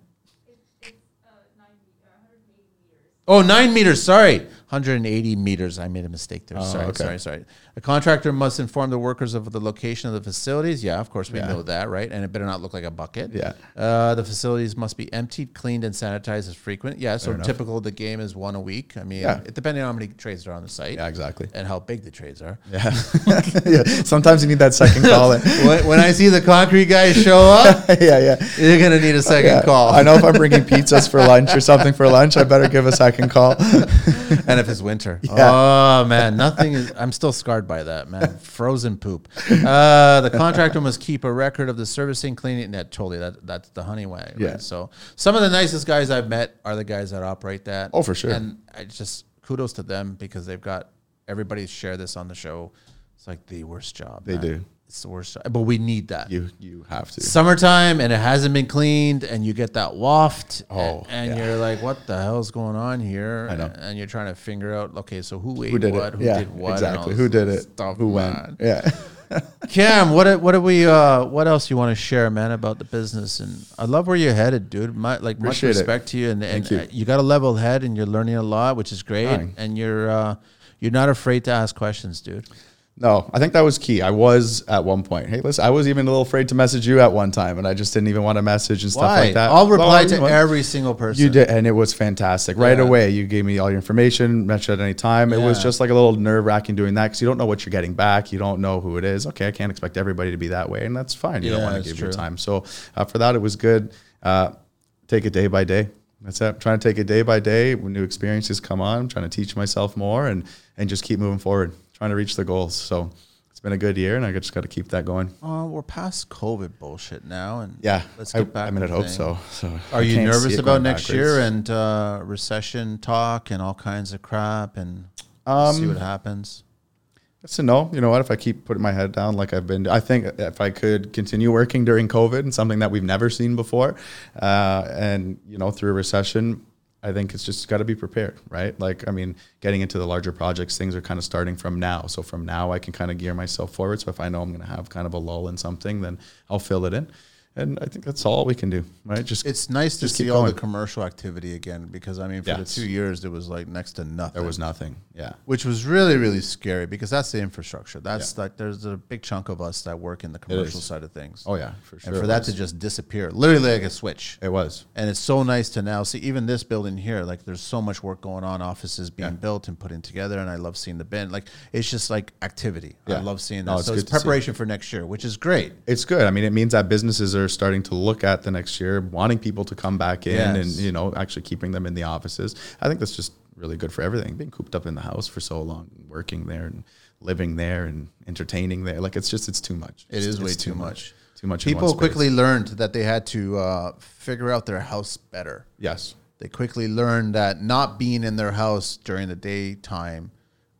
B: Oh, nine meters. Sorry. 180 meters. I made a mistake there. sorry,
A: Oh, okay.
B: sorry, sorry. A contractor must inform the workers of the location of the facilities. Yeah, of course, we know that, right? And it better not look like a bucket.
A: Yeah.
B: Uh, the facilities must be emptied, cleaned, and sanitized as frequent. Yeah, so typical the game is one a week. I mean,
A: Yeah.
B: it, depending on how many trades are on the site
A: yeah, exactly.
B: and how big the trades are.
A: Yeah. yeah. Sometimes you need that second call. in.
B: when, when I see the concrete guys show up,
A: yeah, yeah.
B: you're going to need a second
A: Yeah.
B: call.
A: I know if I'm bringing pizzas for lunch or something for lunch, I better give a second call.
B: and if it's winter. Oh man, nothing is. I'm still scarred by that man. Frozen poop. Uh, the contractor must keep a record of the servicing, cleaning. That totally. That that's the honey way.
A: Yeah.
B: So some of the nicest guys I've met are the guys that operate that.
A: Oh, for sure.
B: And I just kudos to them because they've got everybody share this on the show. It's like the worst job.
A: They do.
B: It's the worst. But we need that.
A: You you have to.
B: Summertime and it hasn't been cleaned, and you get that waft.
A: Oh,
B: and, and
A: yeah.
B: you're like, "What the hell's going on here?"
A: I know.
B: And, you're trying to figure out, okay, so who ate
A: Who did
B: what,
A: it?
B: who
A: yeah,
B: did what, and all
A: exactly.
B: this
A: Who did it?
B: Stuff,
A: Who went?
B: man.
A: Yeah.
B: Cam, what what do we uh what else you want to share, man, about the business? And I love where you're headed, dude. My like
A: Appreciate it.
B: much respect to you, and, and
A: Thank you.
B: uh, you got a level head, and you're learning a lot, which is great.
A: Trying.
B: And you're uh you're not afraid to ask questions, dude.
A: No, I think that was key. I was at one point. Hey, listen, I was even a little afraid to message you at one time, and I just didn't even want to message and stuff like that.
B: I'll reply
A: Well, you
B: to
A: know what?
B: every single person.
A: You did, and it was fantastic. Right
B: Yeah.
A: away, you gave me all your information, mentioned at any time. It was
B: Yeah.
A: just like a little nerve wracking doing that because you don't know what you're getting back. You don't know who it is. Okay, I can't expect everybody to be that way, and that's fine. You don't
B: Yeah,
A: want to
B: it's
A: give your
B: true.
A: time. So uh, for that, it was good. Uh, take it day by day. That's it. I'm trying to take it day by day when new experiences come on. I'm trying to teach myself more and and just keep moving forward, trying to reach the goals. So it's been a good year, and I just got to keep that going.
B: Uh, we're past COVID bullshit now, and
A: Yeah,
B: let's
A: I,
B: get back.
A: I mean,
B: to
A: I'd hope
B: things.
A: so. So
B: Are
A: I
B: you
A: can't see
B: nervous
A: it
B: about
A: going
B: next year
A: backwards.
B: and uh, recession talk and all kinds of crap and
A: Um,
B: see what happens?
A: So no, you know what? If I keep putting my head down like I've been, I think if I could continue working during COVID and something that we've never seen before, uh, and you know through a recession, I think it's just got to be prepared, right? Like I mean, getting into the larger projects, things are kind of starting from now. So from now, I can kind of gear myself forward. So if I know I'm going to have kind of a lull in something, then I'll fill it in, and I think that's all we can do, right? Just
B: It's nice to
A: Just
B: see
A: keep
B: all the
A: going.
B: commercial activity again because I mean, for
A: Yes.
B: the two years there was like next to nothing,
A: there was nothing, yeah.
B: which was really really scary because that's the infrastructure. That's like there's a big chunk of us that work in the commercial
A: is.
B: side of things.
A: Oh yeah, for sure.
B: and for
A: it
B: that
A: was.
B: to just disappear, literally like a switch.
A: it was.
B: And it's so nice to now see even this building here, like there's so much work going on, offices being built and putting together. And I love seeing the bin. Like it's just like activity. I
A: Yeah.
B: love seeing that.
A: No, it's
B: so it's
A: good to see.
B: preparation for next year, which is great.
A: it's good. I mean, it means that businesses are starting to look at the next year, wanting people to come back in
B: Yes.
A: and, you know, actually keeping them in the offices. I think that's just really good for everything. Being cooped up in the house for so long, working there and living there and entertaining there. Like, it's just, it's too much.
B: It
A: It's-
B: is
A: it's
B: way too much.
A: Too much. in one
B: People
A: space.
B: quickly learned that they had to uh, figure out their house better.
A: Yes.
B: They quickly learned that not being in their house during the daytime,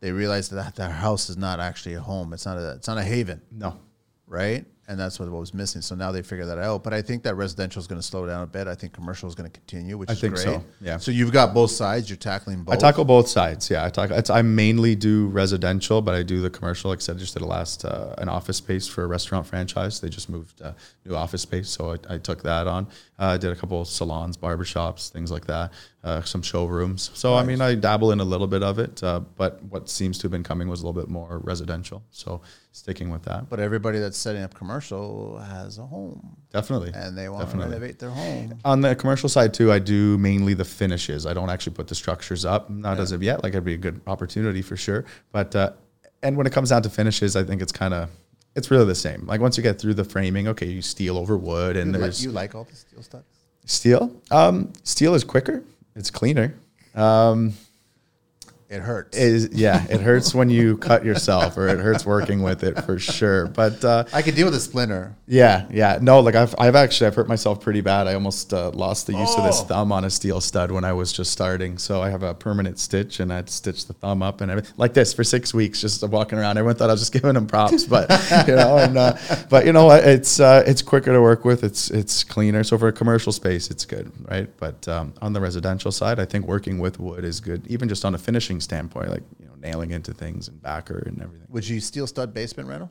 B: they realized that their house is not actually a home. It's not a it's not a haven.
A: No.
B: right? And that's what was missing. So now they figure that out. But I think that residential is going to slow down a bit. I think commercial is going to continue, which
A: I
B: is
A: think
B: great.
A: so, yeah.
B: So you've got both sides. You're tackling both.
A: I tackle both sides. Yeah, I tackle. It's, I mainly do residential, but I do the commercial. Like I said, I just did a last uh, an office space for a restaurant franchise. They just moved uh, new office space, so I, I took that on. Uh, I did a couple of salons, barbershops, things like that, uh, some showrooms. So I mean, I dabble in a little bit of it, uh, but what seems to have been coming was a little bit more residential. So sticking with that,
B: But everybody that's setting up commercial has a home,
A: definitely.
B: and they want
A: Definitely.
B: to renovate their home.
A: on the commercial side too, I do mainly the finishes. I don't actually put the structures up, not as of yet. Like it'd be a good opportunity for sure. But uh, and when it comes down to finishes, I think it's kind of it's really the same. Like once you get through the framing, okay, you steel over wood, and
B: You like,
A: there's
B: you like all the steel stuff?
A: steel. Um, steel is quicker. It's cleaner. Um,
B: It hurts.
A: is yeah, it hurts when you cut yourself, or it hurts working with it for sure. But uh,
B: I could deal with a splinter.
A: yeah, yeah. No, like I've, I've actually I've hurt myself pretty bad. I almost uh, lost the use of this
B: Oh.
A: thumb on a steel stud when I was just starting. So I have a permanent stitch, and I had to stitch the thumb up and everything like this for six weeks, just walking around. Everyone thought I was just giving them props, but you know, and uh, but you know, what? it's uh, it's quicker to work with. It's it's cleaner. So for a commercial space, it's good, right? But um, on the residential side, I think working with wood is good, even just on a finishing standpoint, like you know, nailing into things and backer and everything.
B: Would you steel stud basement rental?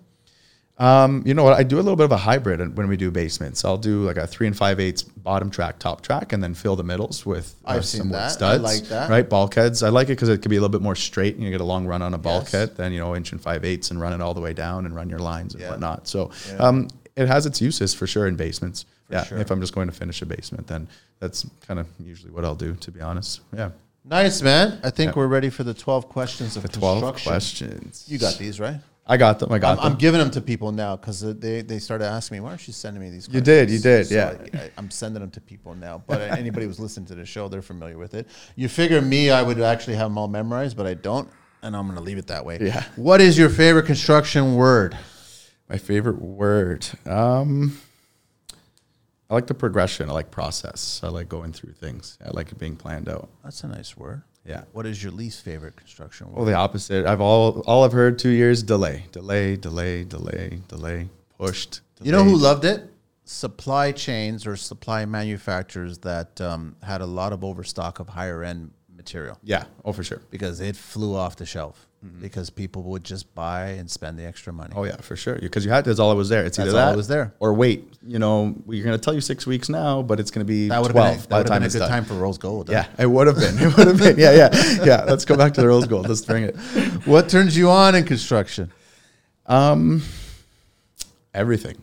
A: Um, you know what? I do a little bit of a hybrid when we do basements. I'll do like a three and five eighths bottom track, top track, and then fill the middles with uh,
B: I've seen
A: wood
B: that. I like that.
A: Right, bulkheads. I like it because it can be a little bit more straight, and you get a long run on a bulkhead, then you know inch and five eighths, and run it all the way down and run your lines and
B: Yeah.
A: whatnot. So
B: Yeah.
A: um, it has its uses for sure in basements. yeah,
B: sure.
A: if I'm just going to finish a basement, then that's kind of usually what I'll do, to be honest. Yeah,
B: Nice, man. I think we're ready for the 12 questions of
A: the twelve
B: construction.
A: questions.
B: You got these, right?
A: I got them. I got
B: I'm, I'm
A: them.
B: giving them to people now because they, they started asking me, why aren't you sending me these questions?
A: did, you did, yeah.
B: I, I, I'm sending them to people now. But anybody who's listening to the show, they're familiar with it. You figure me, I would actually have them all memorized, but I don't. And I'm going to leave it that way.
A: Yeah.
B: What is your favorite construction word?
A: My favorite word. Um, I like the progression. I like process. I like going through things. I like it being planned out.
B: That's a nice word.
A: Yeah.
B: What is your least favorite construction
A: Well,
B: work?
A: the opposite. I've all all I've heard two years delay, delay, delay, delay, delay, pushed.
B: You know who
A: delayed.
B: loved it? Supply chains or supply manufacturers that um, had a lot of overstock of higher end material
A: Yeah. Oh, for sure.
B: because it flew off the shelf because people would just buy and spend the extra money.
A: Oh yeah, for sure. Because you had that's all it was there. It's either
B: That's all
A: that
B: it was there.
A: or wait. You know, we're gonna tell you six weeks now, but it's gonna be
B: that would have
A: twelve
B: been a, that
A: by
B: would
A: the
B: have
A: time
B: been a
A: it's
B: good
A: done.
B: time for rose gold. huh?
A: Yeah, it would have been. It would have been. Yeah, yeah, yeah. Let's go back to the rose gold. Let's bring it.
B: What turns you on in construction?
A: Everything.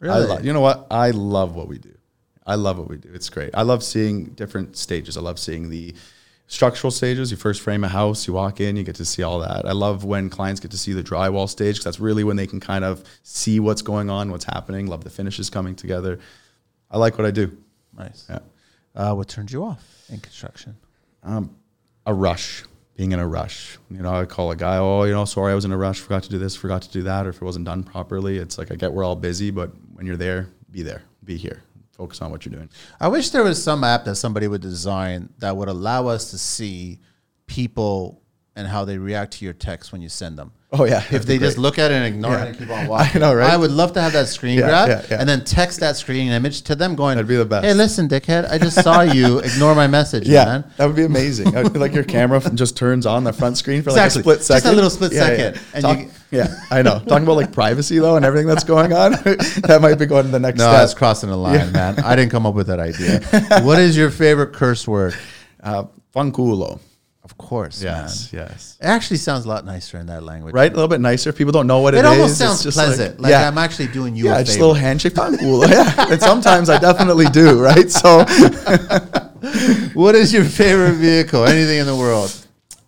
A: I
B: Really?
A: love, you know what? I love what we do. I love what we do. It's great. I love seeing different stages. I love seeing the structural stages. You first frame a house, you walk in, you get to see all that. I love when clients get to see the drywall stage because that's really when they can kind of see what's going on, what's happening. Love the finishes coming together. I like what I do.
B: Nice.
A: Yeah.
B: Uh, what turns you off in construction?
A: a rush, being in a rush. You know, I call a guy, oh, you know, sorry, I was in a rush, forgot to do this, forgot to do that, or if it wasn't done properly. It's like I get we're all busy, but when you're there, be there, be here, focus on what you're doing.
B: I wish there was some app that somebody would design that would allow us to see people and how they react to your text when you send them.
A: Oh yeah,
B: If they just look at it and ignore it and keep on walking,
A: know, right?
B: I would love to have that screen
A: Yeah,
B: grab
A: yeah, yeah.
B: and then text that screen image to them, going,
A: That'd be the best.
B: Hey, listen, dickhead, I just saw you. Ignore my message,
A: yeah,
B: man.
A: that would be amazing. I feel like your camera just turns on the front screen for
B: Exactly.
A: like a split
B: Just a
A: second,
B: little split second, and
A: Talk-
B: you-
A: yeah, I know. Talking about like privacy though, and everything that's going on, that might be going to the next
B: No, that's
A: step.
B: crossing the line, man. I didn't come up with that idea. what is your favorite curse word?
A: Uh, funculo.
B: Of course,
A: Yes, yes.
B: man. It actually sounds a lot nicer in that language.
A: Right, a little bit nicer. People don't know what it is.
B: It almost
A: It's
B: sounds
A: just like-
B: pleasant. Like,
A: yeah.
B: I'm actually doing you
A: yeah,
B: a
A: just a
B: favor.
A: little handshake. Kinda cool. yeah, and sometimes I definitely do, right? So
B: What is your favorite vehicle? Anything in the world?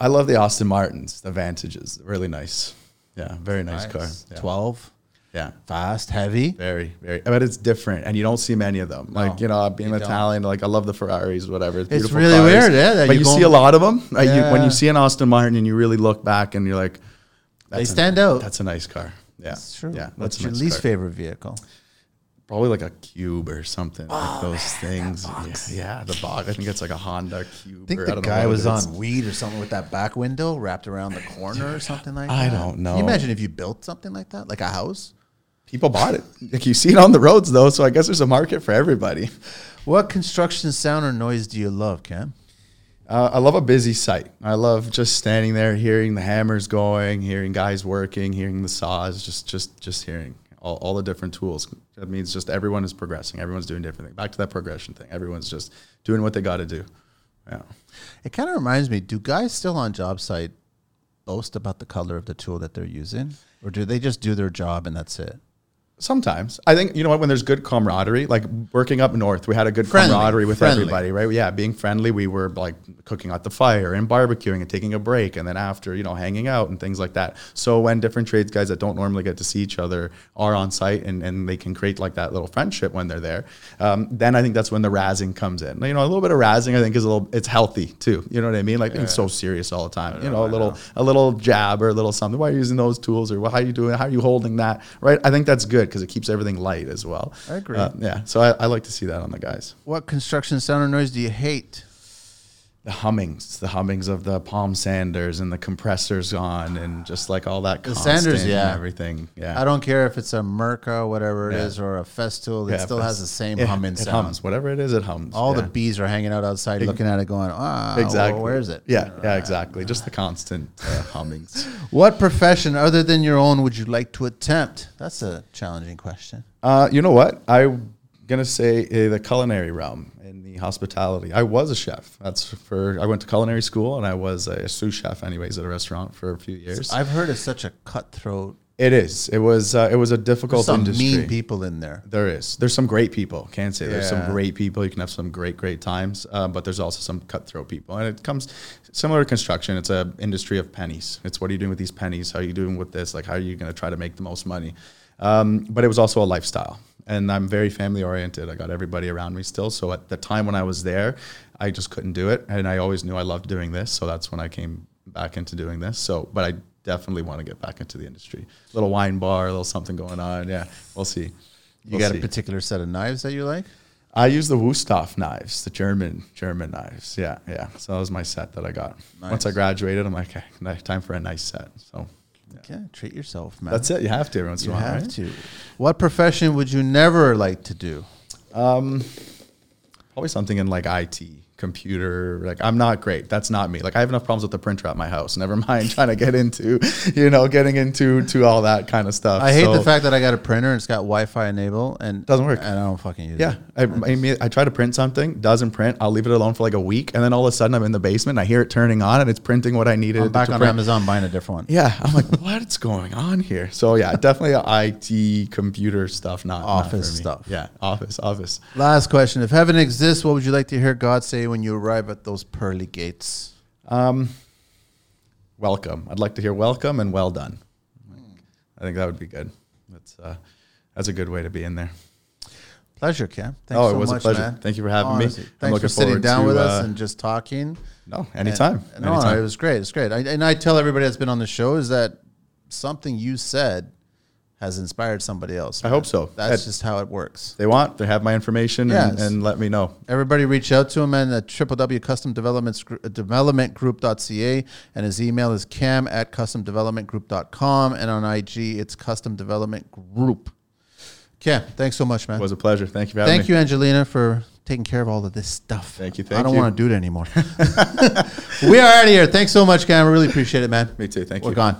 A: I love the Austin Martins, the Vantages, really nice. Yeah, very nice, car. Yeah.
B: 12,
A: yeah,
B: fast, heavy.
A: very, very. But it's different, and you don't see many of them. Like you know, being Italian, like I love the Ferraris, whatever. It's
B: really weird, yeah, that
A: but
B: you
A: you,
B: go-
A: see a lot of them. Uh, you, when
B: Yeah.
A: you see an Austin Martin, and you really look back, and you're like,
B: They
A: that's a-
B: stand out.
A: That's a nice car. Yeah,
B: That's true.
A: Yeah,
B: What's
A: a
B: your
A: nice
B: least
A: car.
B: favorite vehicle?
A: Probably like a cube or something, like
B: Oh,
A: those things. Yeah, yeah, the box. I think it's like a Honda cube.
B: I think
A: or,
B: the
A: don't know
B: guy
A: what it
B: was
A: is.
B: on weed or something with that back window wrapped around the corner or something like
A: I
B: that.
A: don't
B: Can
A: know.
B: you imagine if you built something like that, like a house?
A: people bought it. Like you see it on the roads though, so I guess there's a market for everybody.
B: What construction sound or noise do you love, Cam?
A: Uh, I love a busy site. I love just standing there, hearing the hammers going, hearing guys working, hearing the saws, just just just hearing all, all the different tools. That means just everyone is progressing. Everyone's doing different things. Back to that progression thing. Everyone's just doing what they got to do. Yeah.
B: It kind of reminds me. Do guys still on job site boast about the color of the tool that they're using, or do they just do their job and that's it?
A: Sometimes I think you know what when there's good camaraderie, like working up north, we had a good
B: Friendly,
A: camaraderie with
B: friendly.
A: everybody, right? Yeah, being friendly, we were like cooking at the fire and barbecuing and taking a break, and then after you know hanging out and things like that. So when different trades guys that don't normally get to see each other are on site and, and they can create like that little friendship when they're there, um, then I think that's when the razzing comes in. You know, a little bit of razzing I think is a little it's healthy too. You know what I mean? Like being so serious all the time. You know, a little a little jab or a little something. Why are you using those tools or well, how are you doing? How are you holding that? Right? I think that's good because it keeps everything light as well.
B: I agree.
A: Uh, yeah. So I, I like to see that on the guys.
B: What construction sound or noise do you hate?
A: The hummings, the hummings of the palm sanders and the compressors on and just like all that.
B: The sanders,
A: constant and
B: yeah.
A: Everything. Yeah.
B: I don't care if it's a Merca, whatever it is,
A: Yeah.
B: or a Festool. It
A: Yeah,
B: still
A: but
B: has the same
A: it-
B: humming
A: It
B: sound.
A: hums. Whatever it is, it hums.
B: All
A: Yeah.
B: the bees are hanging out outside, looking at it, going, "Ah,
A: Exactly.
B: well, where is it?"
A: Yeah, yeah, exactly. Just the constant uh, hummings.
B: What profession other than your own would you like to attempt? That's a challenging question.
A: Uh, you know what? I'm gonna say uh, the culinary realm and the hospitality. I was a chef. That's for I went to culinary school and I was a sous chef, anyways, at a restaurant for a few years.
B: I've heard it's such a cutthroat.
A: it is. It was. Uh, it was a difficult
B: Some
A: industry.
B: mean people in there.
A: There is. There's some great people. Can't say there's some
B: Yeah.
A: great people. You can have some great, great times, uh, but there's also some cutthroat people. And it comes similar to construction. It's a industry of pennies. It's what are you doing with these pennies? How are you doing with this? Like, how are you going to try to make the most money? Um, but it was also a lifestyle. And I'm very family oriented. I got everybody around me still. So at the time when I was there, I just couldn't do it. And I always knew I loved doing this. So that's when I came back into doing this. So, but I definitely want to get back into the industry. little wine bar, a little something going on. Yeah, we'll see.
B: You got a particular set of knives that you like?
A: I use the Wusthof knives, the German German knives. Yeah, yeah. So that was my set that I got. Once I
B: Nice.
A: graduated, I'm like, okay, ni- time for a nice set. So
B: Okay, treat yourself, man.
A: that's it. You have to every once in
B: You
A: a while.
B: have
A: right?
B: to. What profession would you never like to do?
A: Um, probably something in like IT, computer. Like I'm not great. That's not me. Like I have enough problems with the printer at my house. Never mind trying to get into, you know, getting into to all that kind of stuff.
B: I hate the
A: So-
B: fact that I got a printer and it's got Wi-Fi enabled and
A: Doesn't work.
B: And I don't fucking use
A: Yeah,
B: it.
A: I, I mean, I try to print something, doesn't print. I'll leave it alone for like a week, and then all of a sudden I'm in the basement. I hear it turning on, and it's printing what I needed.
B: I'm back
A: to
B: on
A: print.
B: Amazon buying a different one.
A: Yeah, I'm like, what's going on here? So yeah, definitely IT computer stuff, not not for
B: Office
A: me.
B: stuff.
A: Yeah, office, office.
B: Last question: If heaven exists, what would you like to hear God say when you arrive at those pearly gates?
A: Um, welcome. I'd like to hear welcome and well done. I think that would be good. That's uh, that's a good way to be in there.
B: Pleasure, Cam. Thanks
A: Oh, it
B: so
A: was a
B: much,
A: pleasure.
B: man.
A: Thank you for having me.
B: Honestly,
A: I'm
B: Thanks for
A: looking
B: sitting
A: forward
B: down
A: to,
B: with us
A: uh,
B: and just talking.
A: No,
B: And-
A: anytime.
B: no,
A: anytime.
B: it was great. It's great. I, and I tell everybody that's been on the show is that something you said has inspired somebody else.
A: I
B: man.
A: hope so.
B: That's
A: Ed-
B: just how it works.
A: they want, they have my information, and,
B: Yes.
A: and let me know.
B: Everybody reach out to him and at www.customdevelopmentgroup.ca and his email is cam at customdevelopmentgroup.com and on IG it's custom development group. Cam, thanks so much, man.
A: It was a pleasure. Thank you for having me.
B: Thank you, Angelina, for taking care of all of this stuff.
A: Thank you,
B: I
A: thank
B: don't
A: you.
B: want to do it anymore. we are out of here. Thanks so much, Cam. I really appreciate it, man.
A: Me too. Thank
B: We're
A: you.
B: gone.